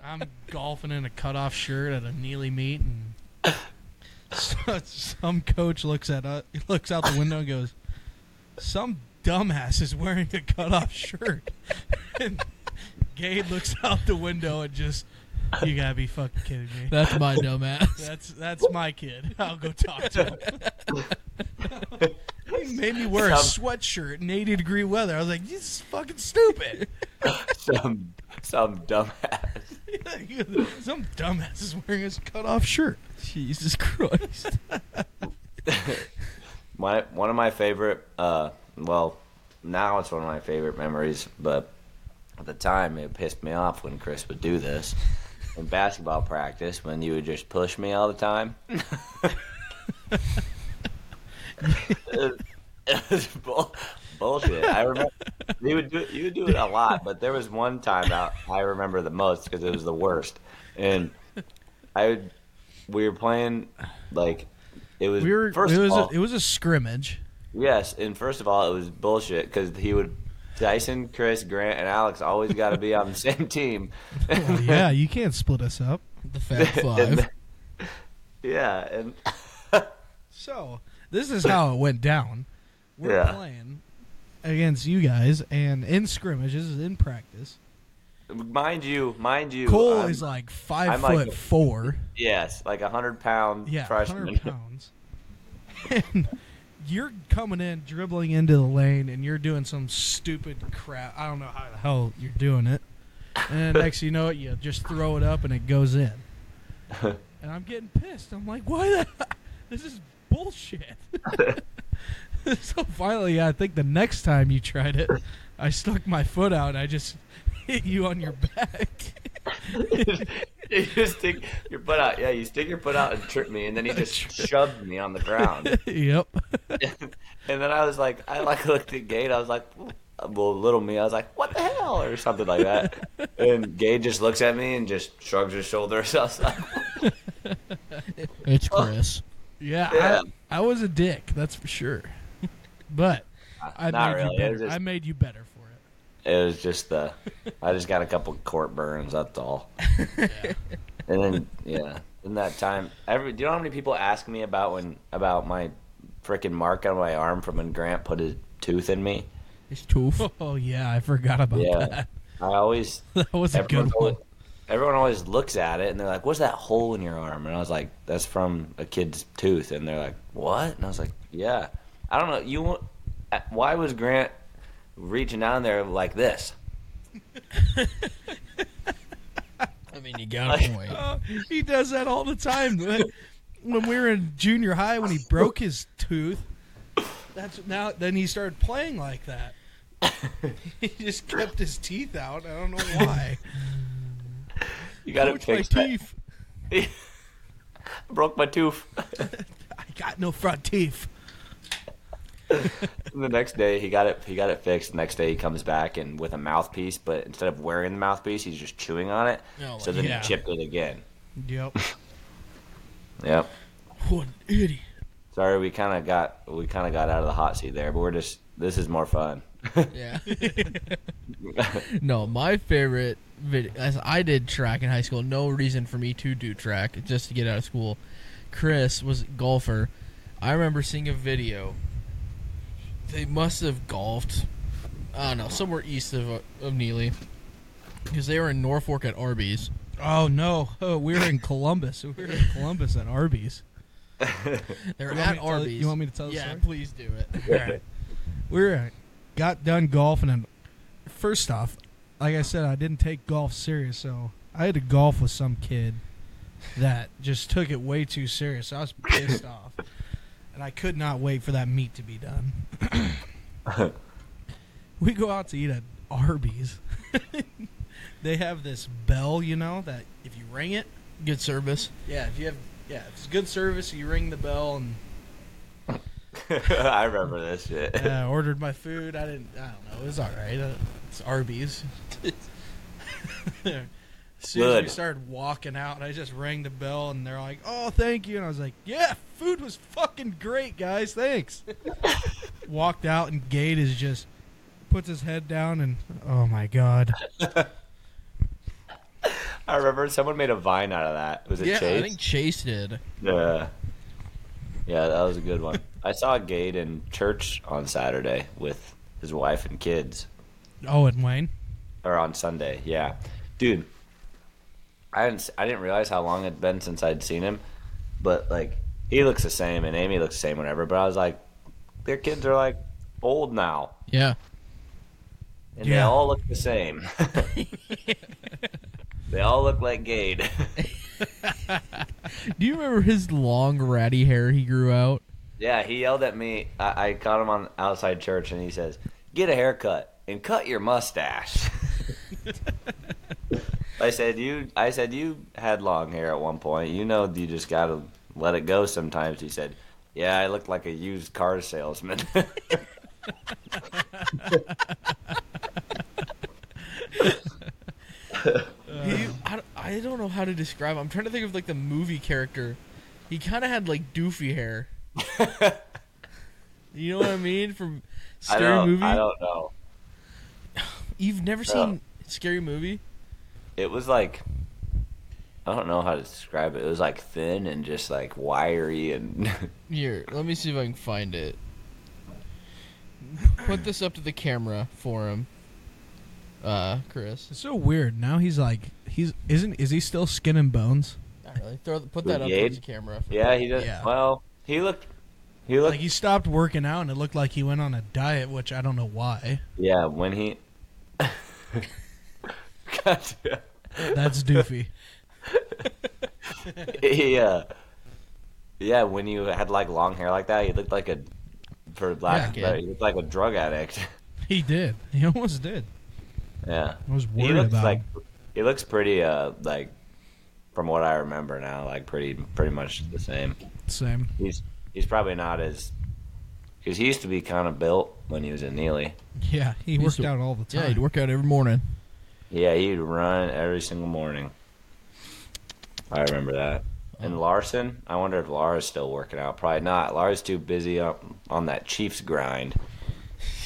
I'm golfing in a cutoff shirt at a Neely meet and so- some coach looks at uh, looks out the window and goes, "Some dumbass is wearing a cutoff shirt." and Gabe looks out the window and just, "You gotta be fucking kidding me." That's my dumbass. That's that's my kid. I'll go talk to him. he made me wear a Some- sweatshirt in 80 degree weather. I was like, "This is fucking stupid." Some some dumbass. Some dumbass is wearing his cutoff shirt. Jesus Christ. My one of my favorite. Uh, well, now it's one of my favorite memories, but at the time it pissed me off when Chris would do this in basketball practice when you would just push me all the time. it, it was bull, bullshit. I remember you would do you would do it a lot, but there was one time out I remember the most because it was the worst, and I would we were playing like it was We were. first it was. of all, a, it was a scrimmage. Yes, and first of all, it was bullshit because he would Dyson, Chris, Grant, and Alex always got to be on the same team. Well, yeah, you can't split us up. The Fab Five. And then- yeah, and So this is how it went down. We're Yeah. playing against you guys, and in scrimmages, in practice, mind you, mind you, Cole I'm- is like 5 I'm like foot a- four. yes, like a hundred pound Yeah, freshman. hundred pounds. and you're coming in, dribbling into the lane, and you're doing some stupid crap. I don't know how the hell you're doing it. And next you know it, you just throw it up and it goes in. and I'm getting pissed. I'm like, why the? This is bullshit. so finally, I think the next time you tried it, I stuck my foot out and I just hit you on your back. you just stick your foot out. Yeah, you stick your foot out and trip me, and then he just shoved me on the ground. yep. and then I was like, I like looked at Gade. I was like, well, little me. I was like, what the hell, or something like that. And Gade just looks at me and just shrugs his shoulders. I was like, It's Chris. Yeah, Yeah. I, I was a dick, that's for sure. But I not made really. you It better. was, just, I made you better for it. it was just the. I just got a couple court burns. That's all. And then yeah, in that time, every do you know how many people ask me about when about my freaking mark on my arm from when Grant put his tooth in me? It's Toof. Oh yeah, I forgot about Yeah. that. I always That was a everyone good always, one. everyone always looks at it and they're like, "What's that hole in your arm?" And I was like, "That's from a kid's tooth." And they're like, "What?" And I was like, "Yeah, I don't know. You, want- uh, why was Grant reaching down there like this?" I mean, you got a point. Oh, he does that all the time. When- when we were in junior high, when he broke his tooth, that's now. Then he started playing like that. he just kept his teeth out. I don't know why. You got to Coach, my fix that. teeth. Broke my tooth. I got no front teeth. And the next day, he got it. He got it fixed. The next day, he comes back and with a mouthpiece, but instead of wearing the mouthpiece, he's just chewing on it. Oh, so then yeah. he chipped it again. Yep. Yep. What an idiot. Sorry, we kind of got we kind of got out of the hot seat there, but we're just this is more fun. Yeah. no, my favorite video, as I did track in high school, no reason for me to do track, just to get out of school. Chris was a golfer. I remember seeing a video. They must have golfed, I don't know, somewhere east of, of Neely. Because they were in Norfolk at Arby's. Oh no, oh, we were in Columbus. We were in Columbus at Arby's. They were You want me at to tell- Arby's. you want me to tell the Yeah, story? please do it. We were got done golfing, and first off, like I said, I didn't take golf serious, so I had to golf with some kid that just took it way too serious. I was pissed off, and I could not wait for that meat to be done. we go out to eat at Arby's. they have this bell, you know, that if you ring it, Good service. Yeah, if you have, yeah, if it's good service, you ring the bell and I remember this shit. uh, ordered my food. I didn't, I don't know, it was all right. Uh, it's Arby's. as soon as we Good. started walking out, I just rang the bell and they're like, "Oh, thank you," and I was like, "Yeah, food was fucking great, guys. Thanks." Walked out and Gade is just puts his head down and oh my god, I remember someone made a vine out of that. Was it yeah, Chase? I think Chase did. yeah. Yeah, that was a good one. I saw Gade in church on Saturday with his wife and kids, oh and Wayne. or on Sunday. Yeah, dude. I didn't s- I didn't realize how long it'd been since I'd seen him, but like he looks the same and Amy looks the same, whatever. But I was like, their kids are like old now, Yeah. and they Yeah. all look the same. they all look like Gade. Do you remember his long, ratty hair he grew out? Yeah, he yelled at me. I, I caught him on outside church, and he says, "Get a haircut and cut your mustache." I said, "You." I said, "You had long hair at one point. You know, you just gotta let it go sometimes." He said, "Yeah, I looked like a used car salesman." He- I, I I don't know how to describe. I'm trying to think of like the movie character. He kind of had like doofy hair. you know what I mean from I scary don't. movie. I don't know. You've never seen scary movie? It was like I don't know how to describe it. It was like thin and just like wiry and Here, let me see if I can find it. Put this up to the camera for him. Uh, Chris. It's so weird. Now he's like he's isn't is he still skin and bones? Not really. Throw, put that up Brigade? towards the camera. yeah. He does. Yeah. Well, he looked. He looked. Like he stopped working out and it looked like he went on a diet, which I don't know why. yeah. When he. God. damn. That's doofy. yeah. Yeah, when you had like long hair like that, you looked like a for lack Yeah. of better, you looked like a drug addict. He did. He almost did. yeah. I was He worried looks about like him. he looks pretty uh like from what I remember now, like pretty pretty much the same. Same. He's he's probably not as because he used to be kind of built when he was in Neely. Yeah, he used worked to- out all the Yeah, time. he'd work out every morning. Yeah, he'd run every single morning. I remember that. Oh. And Larson, I wonder if Lara's still working out. Probably not. Lara's too busy up on that Chiefs grind.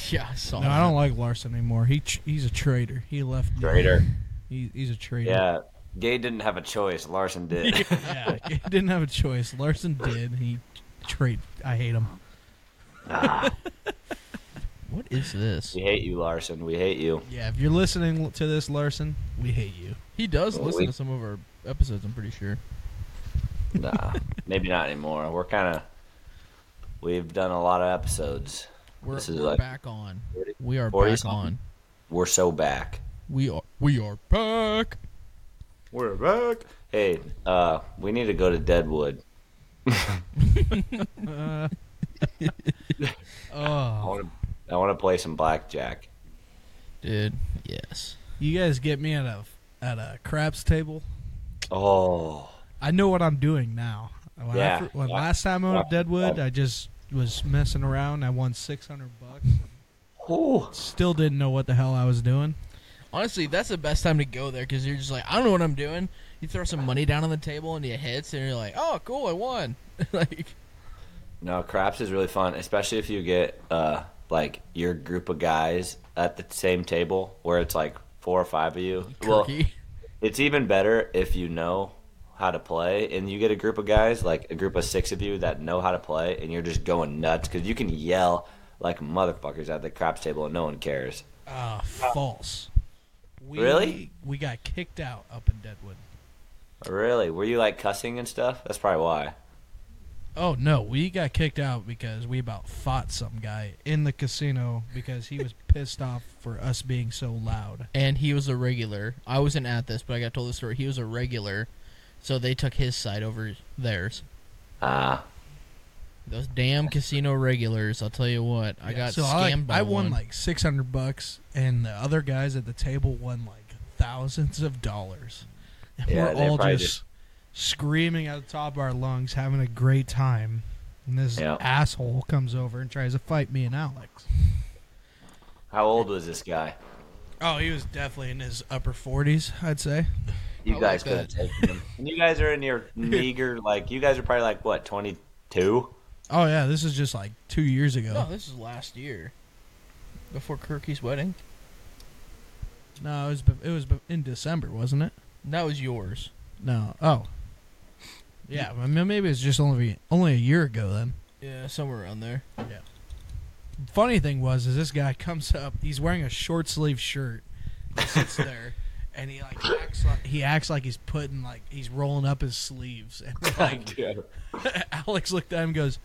Yeah, I saw no, I that. don't like Larson anymore. He tr- he's a traitor. He left. Trader. He, he's a traitor. Yeah, Gay didn't have a choice. Larson did. yeah. He didn't have a choice. Larson did. He trade. I hate him. What is this? we hate you, Larson. We hate you. Yeah. If you're listening to this, Larson, we hate you. He does Well, listen we- to some of our episodes, I'm pretty sure. Nah, maybe not anymore. We're kind of we've done a lot of episodes. We're, This is we're like back on. 40 We are 40 back something. on. We're so back. We are we are back. We're back. Hey, uh, we need to go to Deadwood. Uh, I oh, want to. I want to play some blackjack. Dude, yes. you guys get me at a at a craps table. Oh, I know what I'm doing now. When I Yeah. fir- when Yeah. last time I went Yeah. to Deadwood, I just was messing around. I won 600 bucks. Ooh. Still didn't know what the hell I was doing. Honestly, that's the best time to go there because you're just like, I don't know what I'm doing. You throw some money down on the table and it hits, and you're like, oh, cool, I won. like, no, craps is really fun, especially if you get uh like your group of guys at the same table where it's like four or five of you. Well, Kirky. It's even better if you know how to play and you get a group of guys, like a group of six of you that know how to play, and you're just going nuts because you can yell like motherfuckers at the craps table and no one cares. Uh, false. We, Really? We got kicked out up in Deadwood. Really? Were you like cussing and stuff? That's probably why. Oh no, we got kicked out because we about fought some guy in the casino because he was pissed off for us being so loud. And he was a regular. I wasn't at this, but I got told the story. He was a regular, so they took his side over theirs. Uh, Ah. Those damn casino regulars, I'll tell you what. I got so scammed I, like, by I won one. like 600 bucks and the other guys at the table won like thousands of dollars. And Yeah, we're they all probably just screaming at the top of our lungs having a great time. And this Yeah. asshole comes over and tries to fight me and Alex. how old was this guy? Oh, he was definitely in his upper 40s, I'd say. You I guys like could have taken him. And you guys are in your meager, like, you guys are probably like, what, 22? Oh yeah, this is just like 2 years ago. No, this is last year. Before Kirky's wedding. No, it was be- it was be- in December, wasn't it? That was yours. No. Oh. Yeah, I mean, maybe it's just only only a year ago then. Yeah, somewhere around there. Funny thing was, is this guy comes up, he's wearing a short sleeve shirt, he sits there, and he like acts like he acts like he's putting like he's rolling up his sleeves, and like Alex looked at him, and goes,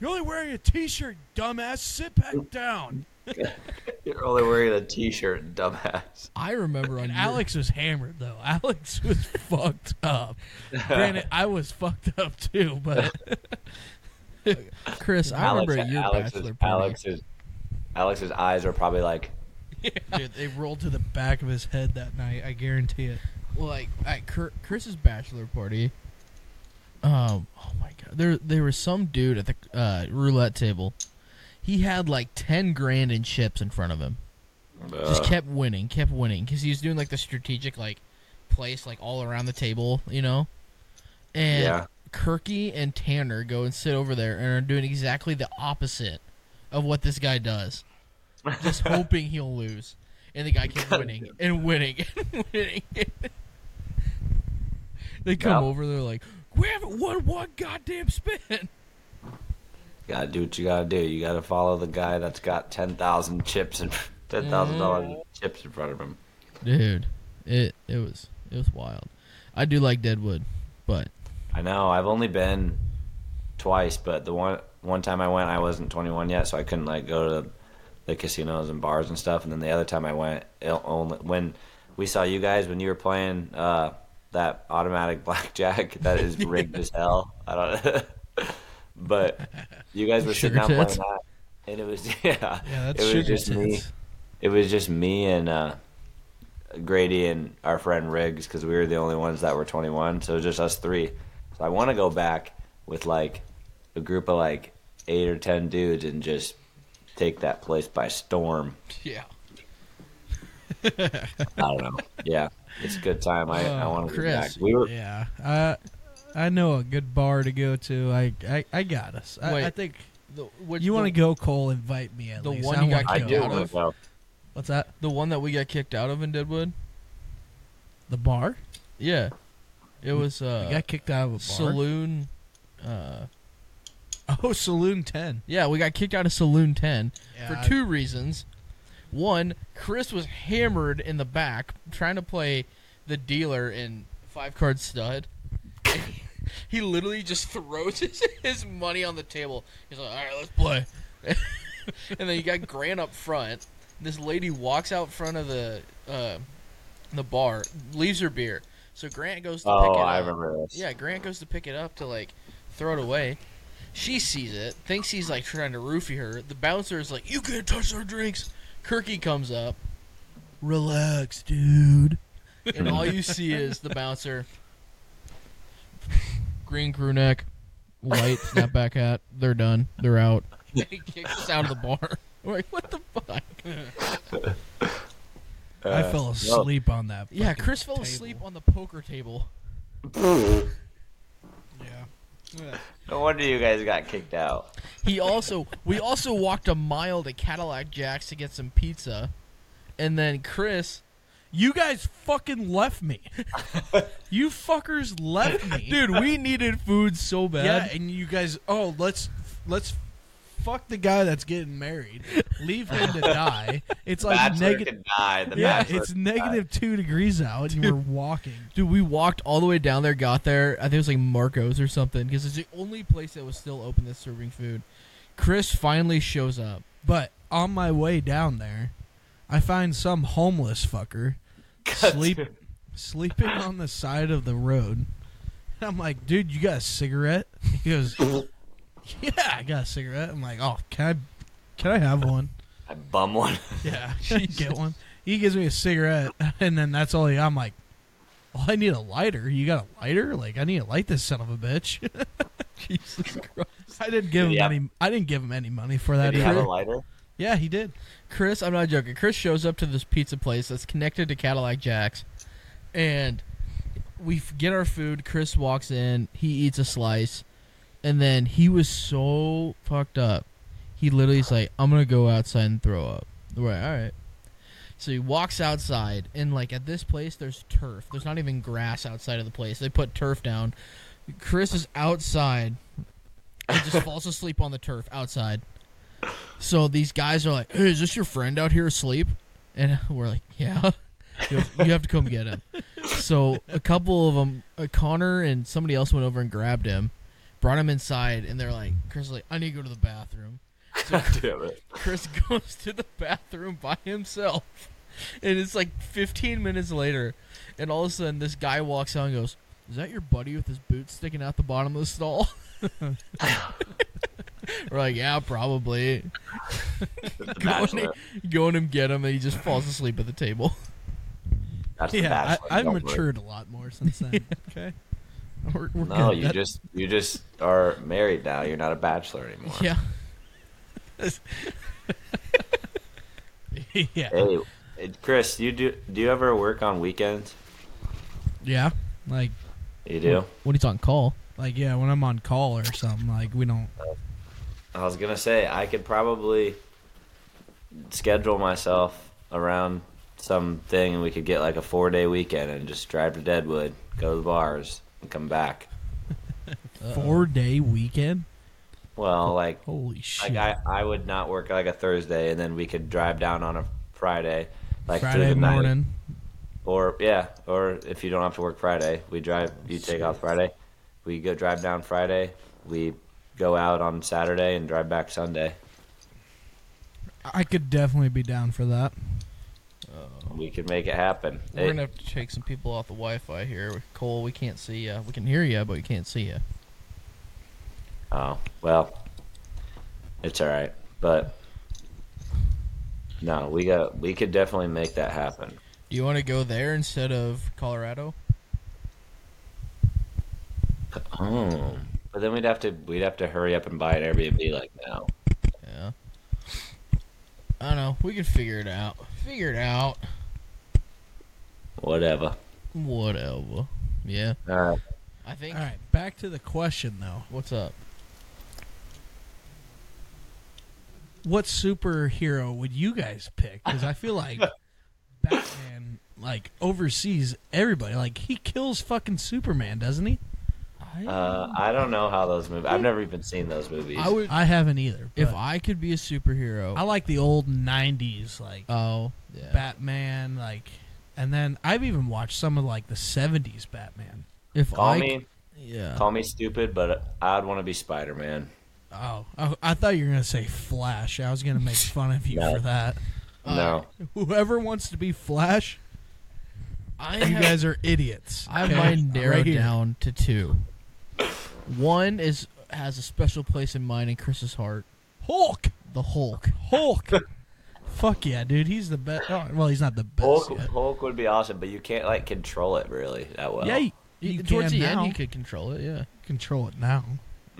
"You're only wearing a t-shirt, dumbass. Sit back down." You're only wearing a t shirt, dumbass. I remember on And your- Alex was hammered though. Alex was fucked up. Granted, I was fucked up too, but Chris, I remember at your bachelor Alex's, party. Alex's, Alex's eyes are probably like, Dude, they rolled to the back of his head that night. I guarantee it. Well, like at Cur- Chris's bachelor party, um, oh my god, there there was some dude at the uh, roulette table. He had like ten grand in chips in front of him. Just "Ugh." kept winning, kept winning, because he was doing like the strategic like place like all around the table, you know. And Yeah. Kirky and Tanner go and sit over there and are doing exactly the opposite of what this guy does, just hoping he'll lose. And the guy keeps winning and winning and winning. they come Yep. over, they're like, "We haven't won one goddamn spin." gotta do what you gotta do. You gotta follow the guy that's got ten thousand chips and ten thousand dollars chips in front of him. Dude, it it was it was wild. I do like Deadwood, but I know. I've only been twice, but the one one time I went, I wasn't 21 yet, so I couldn't like go to the, the casinos and bars and stuff. And then the other time I went, it only when we saw you guys when you were playing uh, that automatic blackjack that is rigged as hell. I don't. but you guys were sitting out Sugar playing tits. that, and it was yeah, Yeah, that's it was sugar just me. tits. It was just me and. Uh, Grady and our friend Riggs because we were the only ones that were 21. So it was just us three. So I want to go back with like a group of like eight or 10 dudes and just take that place by storm. yeah. I don't know. yeah. It's a good time. I, I Oh, want to go back. Chris. We were, Yeah, I I know a good bar to go to. I I, I got us. I, Wait. I think The, which, you want to to go, Cole? Invite me at the least. one I you got I wanna kicked do go. out want of? to go. What's that? the one that we got kicked out of in Deadwood? The bar? Yeah, it was I uh got kicked out of a bar. saloon. Uh, Oh, Saloon Ten. yeah, we got kicked out of Saloon Ten Yeah, for two reasons. One, Chris was hammered in the back trying to play the dealer in five card stud. he literally just throws his, his money on the table. He's like, "All right, let's play." and then you got Grant up front. This lady walks out front of the uh, the bar, leaves her beer. So Grant goes to Oh, pick it I up. remember this. Yeah, Grant goes to pick it up to like throw it away. She sees it, thinks he's like trying to roofie her. The bouncer is like, "You can't touch our drinks." Kirky comes up, Relax, dude. and all you see is the bouncer, green crew neck, white snapback hat. They're done. They're out. And he kicks us out of the bar. We're like, "What the fuck?" I Uh, fell well, asleep on that. Yeah, fucking Chris fell table. asleep on the poker table. Yeah. No wonder you guys got kicked out. He also we also walked a mile to Cadillac Jack's to get some pizza, and then Chris You guys fucking left me. you fuckers left me. Dude, we needed food so bad. Yeah, and you guys, oh, let's let's fuck the guy that's getting married. Leave him to die. It's like bachelor negative. could die. The Yeah, bachelor it's could die. negative two degrees out, and we're walking. Dude, we walked all the way down there, got there. I think it was like Marco's or something, because it's the only place that was still open that's serving food. Chris finally shows up. But on my way down there, I find some homeless fucker sleep sleeping on the side of the road. And I'm like, dude, you got a cigarette? He goes, Yeah, I got a cigarette. I'm like, oh, can I can I have one? I bum one. Yeah, get one. He gives me a cigarette, and then that's all. He, I'm like, well, I need a lighter. You got a lighter? Like, I need to light this son of a bitch. Jesus Christ. I didn't give him Yeah. any. I didn't give him any money for that. Did he have a either. lighter? Yeah, he did. Chris, I'm not joking. Chris shows up to this pizza place that's connected to Cadillac Jack's, and we f- get our food. Chris walks in, he eats a slice, and then he was so fucked up. He literally is like, "I'm gonna go outside and throw up." We're like, all right. So he walks outside, and like at this place, there's turf. There's not even grass outside of the place. They put turf down. Chris is outside and just falls asleep on the turf outside. So these guys are like, hey, is this your friend out here asleep? And we're like, yeah. You have, you have to come get him. So a couple of them, uh, Connor and somebody else went over and grabbed him, brought him inside, and they're like, Chris is like, I need to go to the bathroom. Damn it. Chris goes to the bathroom by himself. And it's like 15 minutes later, and all of a sudden this guy walks out and goes, Is that your buddy with his boots sticking out the bottom of the stall? We're like, Yeah, probably. The Go bachelor. and, go and get him, and he just falls asleep at the table. That's the Yeah, bachelor. I, I've Don't worry. matured a lot more since then. okay, we're, we're No, good. you That- just you just are married now. You're not a bachelor anymore. Yeah. yeah. Hey, hey, Chris, you do do you ever work on weekends? Yeah. Like You do? Hmm. When he's on call. like yeah, when I'm on call or something, like we don't I was gonna say I could probably schedule myself around something, and we could get like a four day weekend and just drive to Deadwood, go to the bars, and come back. four day weekend. Oh, Well, like Holy shit. like I, I would not work like a Thursday, and then we could drive down on a Friday, like through Friday the night. morning. or yeah, or if you don't have to work Friday, we drive. You take off Friday, we go drive down Friday, we go out on Saturday and drive back Sunday. I could definitely be down for that. We could make it happen. We're It- gonna have to take some people off the Wi-Fi here. Cole, we can't see you. We can hear you, but we can't see you. Oh well, it's all right. But no, we got we could definitely make that happen. Do you want to go there instead of Colorado? Oh, but then we'd have to we'd have to hurry up and buy an Airbnb like now. Yeah. I don't know. We can figure it out. Figure it out. Whatever. Whatever. Yeah. All right. I think. All right, back to the question though. What's up? What superhero would you guys pick? Because I feel like Batman like oversees everybody. Like he kills fucking Superman, doesn't he? Uh, I don't know how those movies. I've never even seen those movies. I would. I haven't either. If but I could be a superhero. I like the old '90s, like oh. Yeah. Batman, like, and then I've even watched some of like the '70s Batman. if call I. me Yeah. call me stupid, but I'd want to be Spider Man. Oh, I, I thought you were gonna say Flash. I was gonna make fun of you No. for that. no, Whoever wants to be Flash, I you have, guys are idiots. I have okay? mine narrowed Right here. down to two. One is has a special place in mine in Chris's heart. Hulk, The Hulk. Hulk. Fuck yeah, dude. He's the best. Oh, well, he's not the best. Hulk yet. Hulk would be awesome, but you can't like control it really that well. Yeah, you, you You- can Towards the now. end, you could control it. Yeah. control it now.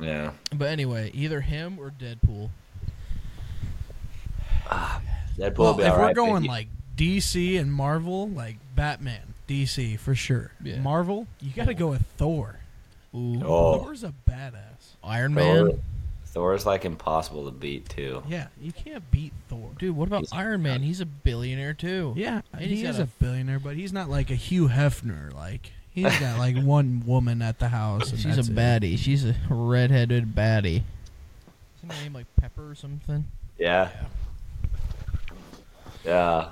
yeah. But anyway, either him or Deadpool. Deadpool Well, would be if all right, we're but going you- like DC and Marvel, like Batman, DC for sure. Yeah. Marvel, you got to go with Thor. Ooh. Oh. Thor's a badass. Iron Thor, Man. Thor's like impossible to beat too. Yeah, you can't beat Thor. Dude, what about He's- Iron Man? He's a billionaire too. Yeah, And he he's is got a, a- billionaire, but he's not like a Hugh Hefner. Like he's got like one woman at the house. And She's that's a it. baddie. She's a redheaded baddie. Isn't her name like Pepper or something? Yeah. Yeah.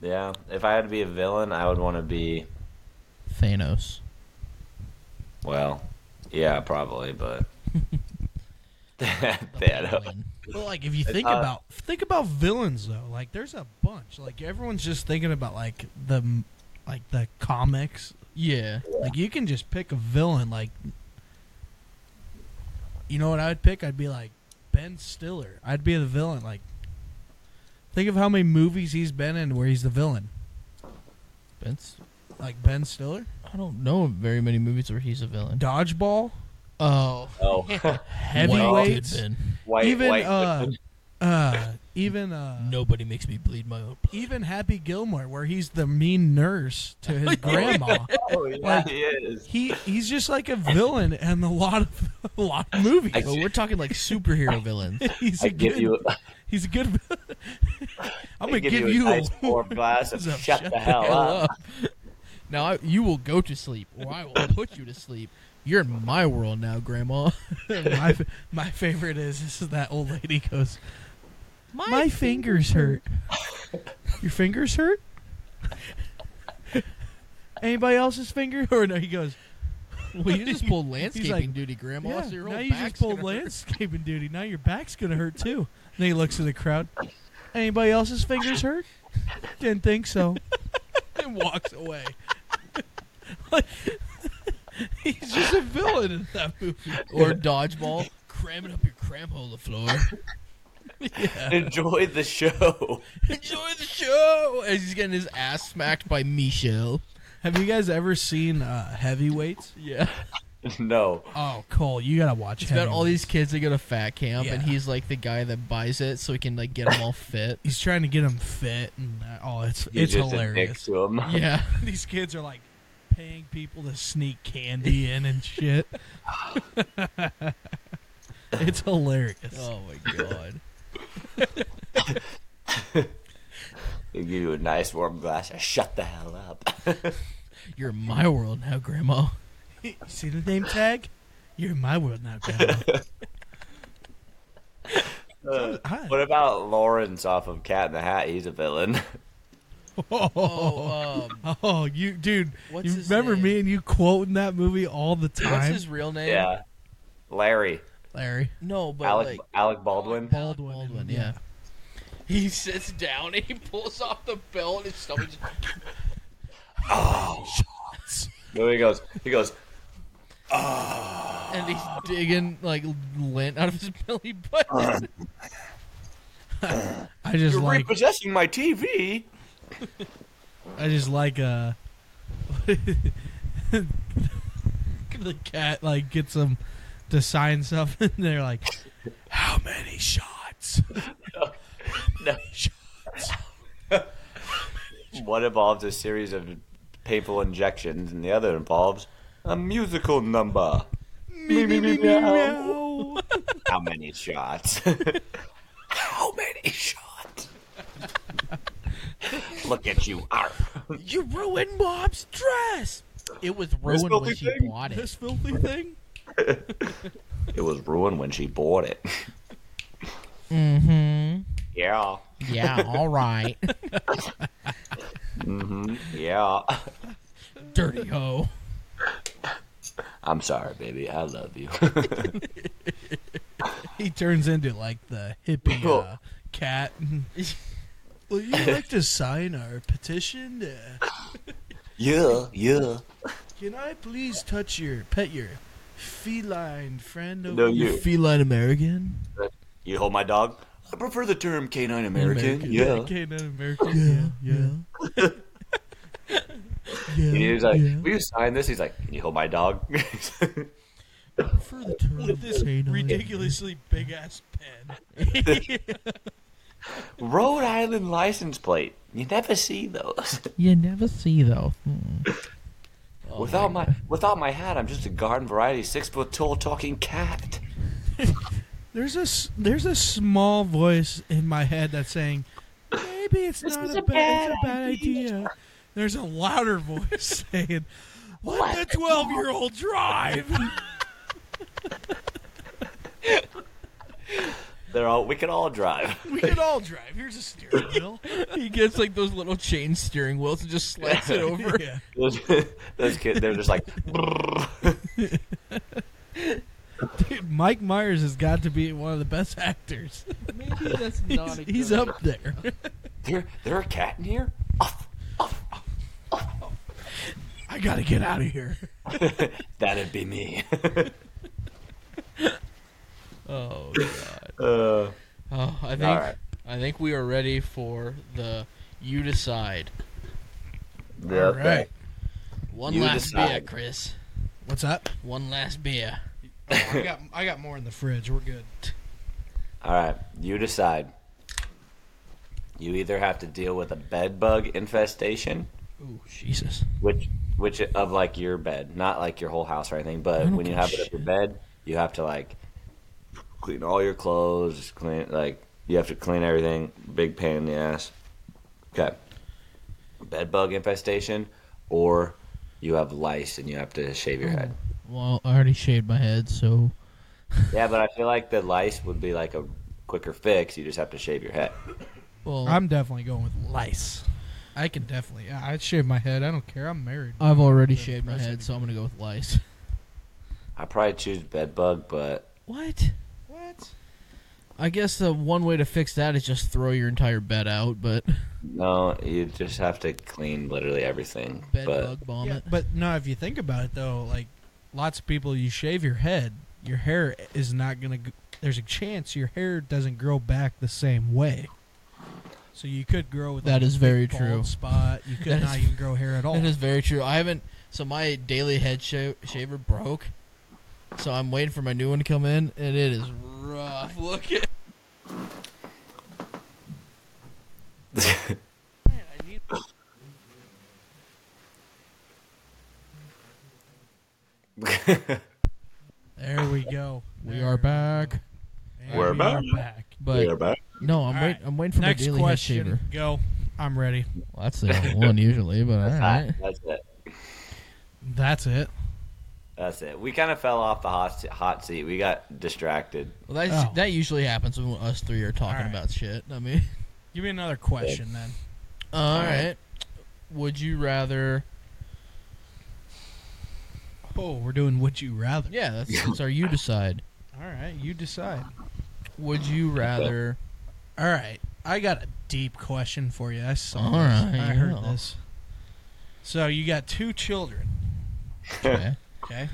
Yeah. If I had to be a villain, I would want to be Thanos. well, yeah, probably, but The Thanos. penguin. But like, if you think uh, about think about villains though, like there's a bunch. Like everyone's just thinking about like the m- like the comics. Yeah. Like you can just pick a villain. Like you know what I would pick? I'd be like Ben Stiller. I'd be the villain. Like think of how many movies he's been in where he's the villain. Vince. Like Ben Stiller, I don't know of very many movies where he's a villain. Dodgeball. Oh. Oh, heavyweights, Well, white, even white. uh, uh, even uh, Nobody makes me bleed my own blood. even Happy Gilmore, where he's the mean nurse to his grandma. oh, yeah, he is. He he's just like a villain in a lot of a lot of movies. But we're talking like superhero villains. He's a I give good, you. he's a good. I'm I gonna give you, a nice warm glass of Shut shut, the hell up. Now I, you will go to sleep, or I will put you to sleep. You're in my world now, Grandma. my, my favorite is this is that old lady goes. My, fingers hurt. Your fingers hurt. Anybody else's finger? Or no, he goes. Well, you just pulled landscaping like, duty, Grandma. Yeah, so your now whole you just back's pulled gonna hurt. landscaping duty. Now your back's gonna hurt too. Then he looks at the crowd. Anybody else's fingers hurt? Didn't think so. and walks away. He's just a villain in that movie. Or dodgeball, cramming up your cram hole on the floor. Enjoy the show. Enjoy the show as he's getting his ass smacked by Michelle. Have you guys ever seen uh, Heavyweights? Yeah, no. Oh, Cole, you gotta watch. he's got all Heavyweights. these kids that go to fat camp, and Yeah. he's like the guy that buys it so he can like get them all fit. He's trying to get them fit, and uh, oh, it's He's it's just a dick hilarious. to him. Yeah, These kids are like paying people to sneak candy in and shit. it's hilarious. Oh my god. They give you a nice warm glass. Shut the hell up. You're in my world now, Grandma. You see the name tag? You're in my world now, Grandma. Uh, hi. what about Lawrence off of Cat in the Hat? He's a villain. Oh, um, Oh, you, dude! What's you his remember name? me and you quoting that movie all the what's time, his real name? yeah. Larry. Larry? No, but Alec like Alec Baldwin. Baldwin. Baldwin, Baldwin, yeah. He sits down and he pulls off the belt and his stomach. just- No, he goes. He goes. and he's digging like lint out of his belly Uh, button. I just You're like repossessing my TV. I just like uh the cat like gets them to sign something and they're like how many shots? No. One involves a series of painful injections, and the other involves a musical number. Me, me, me, meow. No. How many shots? How many shots? Look at you. Arr. you ruined Bob's dress. It was ruined filthy when she thing. bought it. this filthy thing? It was ruined when she bought it. Mm-hmm. Yeah. Yeah. All right. hmm Yeah. Dirty hoe. I'm sorry, baby. I love you. He turns into like the hippie uh, cat. Will you like to sign our petition? Uh, yeah. Yeah. can I please touch your pet your feline friend over No, here? you. Feline American. You hold my dog? I prefer the term canine American. Yeah. Yeah. American. Yeah. Yeah. And he was like, Will you sign this? He's like, Can you hold my dog? For the turn With this pain on ridiculously big ass pen. Rhode Island license plate. You never see those. it. You never see though. Hmm. Oh without my, without my hat, I'm just a garden variety six foot tall talking cat. There's a s- there's a small voice in my head that's saying, maybe it's This not is a, a bad, it's a bad bad idea. There's a louder voice saying, "Let the twelve year old drive." They're all we can all drive. we can all drive. Here's a steering wheel. He gets like those little chain steering wheels and just slides it over. Yeah. those, those kids, they're just like, Dude, Mike Myers has got to be one of the best actors. Maybe that's He's, not. a he's good- up there. there, there a cat in here. I gotta get out of here. That'd be me. Oh god. uh, Oh, I think all right. I think we are ready for the you decide. Yeah, All right. One You last beer, decide. Chris. What's up? One last beer. I got I got more in the fridge. We're good. All right, you decide. You either have to deal with a bed bug infestation, Ooh, Jesus. which which of like your bed, not like your whole house or anything, I but don't when you give a have it at your bed, you have to like clean all your clothes, clean like you have to clean everything. Big pain in the ass. Okay. Bed bug infestation, or you have lice and you have to shave Oh. your head. Well, I already shaved my head, so Yeah, but I feel like the lice would be like a quicker fix. You just have to shave your head. well, i I'm definitely going with lice. I can definitely. I- I'd shave my head. I don't care. I'm married. have already shaved my head, so I'm gonna go with lice. I probably choose bed bug, but What? What? I guess the one way to fix that is just throw your entire bed out, but No, you just have to clean literally everything. bed but bug bomb Yeah, it. but no, if you think about it though, like lots of people, you shave your head, your hair is not gonna. g- There's a chance your hair doesn't grow back the same way. So you could grow with That like, is a very big bald true. Spot. You could That not is- even grow hair at all. That is very true. I haven't. So my daily head sha- shaver broke. So I'm waiting for my new one to come in, and it is rough looking. Man, I need. There we go. We There are back. And We're we back. are back. But back. no, I'm All wait, right. I'm waiting for my Next daily head shaver. question. Go. I'm ready. Well, that's the one usually, but all That's, right. that's it. That's it. That's it. We kind of fell off the hot se- hot seat. We got distracted. Well, that's, Oh. that usually happens when us three are talking Alright. about shit. I mean, Give me another question then. all right. Would you rather? Oh, we're doing would you rather. Yeah, that's, that's our you decide. All right, you decide. Would you rather? All right, I got a deep question for you. I saw. All this. right, I heard yeah. this. So you got two children. Okay. Okay.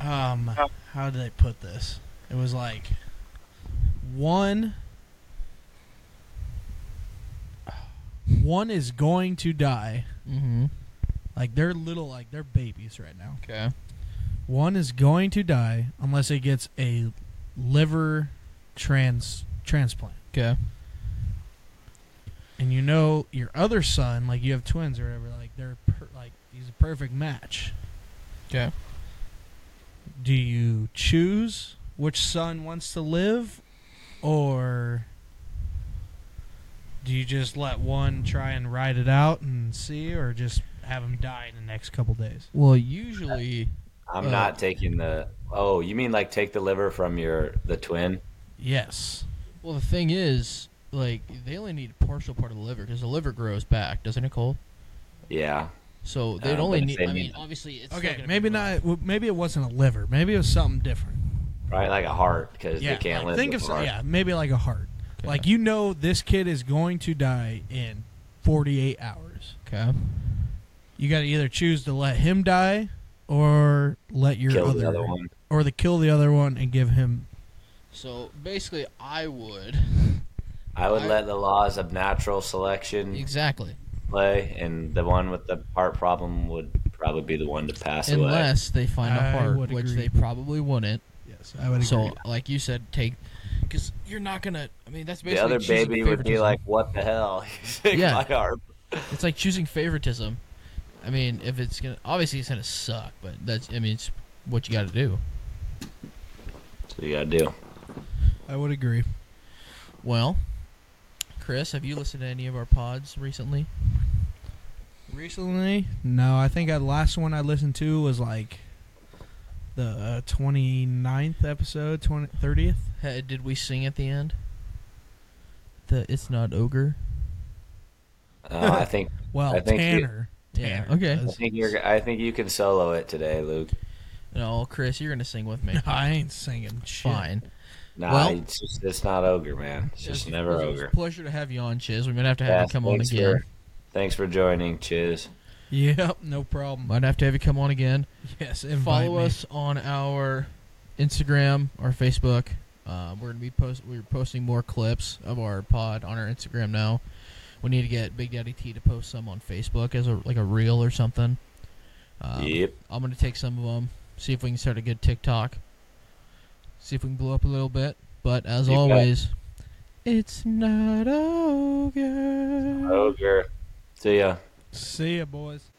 Um, how did I put this? It was like one. One is going to die. Mm-hmm. Like they're little, like they're babies right now. Okay. One is going to die unless it gets a liver trans transplant. Okay. and you know your other son, like you have twins or whatever, like they're per- like he's a perfect match. Okay. Do you choose which son wants to live, or do you just let one try and ride it out and see, or just have him die in the next couple days? Well, usually, I'm Uh. not taking the. Oh, you mean like take the liver from your the twin? Yes. well, the thing is, like, they only need a partial part of the liver because the liver grows back, doesn't it, Cole? Yeah. So they'd Uh, only but if need. they I mean, need- obviously, it's still Okay, gonna maybe be not. well, Maybe it wasn't a liver. Maybe it was something different. Right, like a heart because Yeah, they can't like, live. think with of some, heart. yeah, maybe like a heart. Okay. Like you know, this kid is going to die in 48 hours. Okay. you got to either choose to let him die or let your Kill other, the other one. or the kill the other one and give him So basically, I would I would I- let the laws of natural selection exactly play, and the one with the heart problem would probably be the one to pass away. unless they find I a heart, would which agree. they probably wouldn't. yes i would So, like you said, take because you're not gonna. I mean, that's The basically other choosing baby would be favoritism. like, "What the hell? You took Yeah. my heart." it's like choosing favoritism. I mean, if it's gonna obviously it's gonna suck, but that's I mean it's what you got to do. So you gotta do. i would agree Well, Chris, have you listened to any of our pods recently? recently no i think the last one i listened to was like the uh, 29th episode 20, 30th Ha- did we sing at the end? The it's not ogre. Uh, I think. well I think you- tanner Yeah. Tanner Okay. I think you're. I think you can solo it today, Luke. No, Chris, you're gonna sing with me. i ain't singing shit. Fine. Nah, Well- it's just it's not ogre, man. It's just it never was ogre. A pleasure to have you on, Chiz. We might have to have Yeah, you come on thanks again. For, thanks for joining. Cheers. yep no problem Might have to have you come on again. yes invite follow me. us on our Instagram, our Facebook. Uh, we're gonna be post. We're posting more clips of our pod on our Instagram now. We need to get Big Daddy T to post some on Facebook as a like a reel or something. Um, yep. I'm gonna take some of them. See if we can start a good TikTok. See if we can blow up a little bit. But as You bet. always, it's not over. Ogre. See ya. see ya boys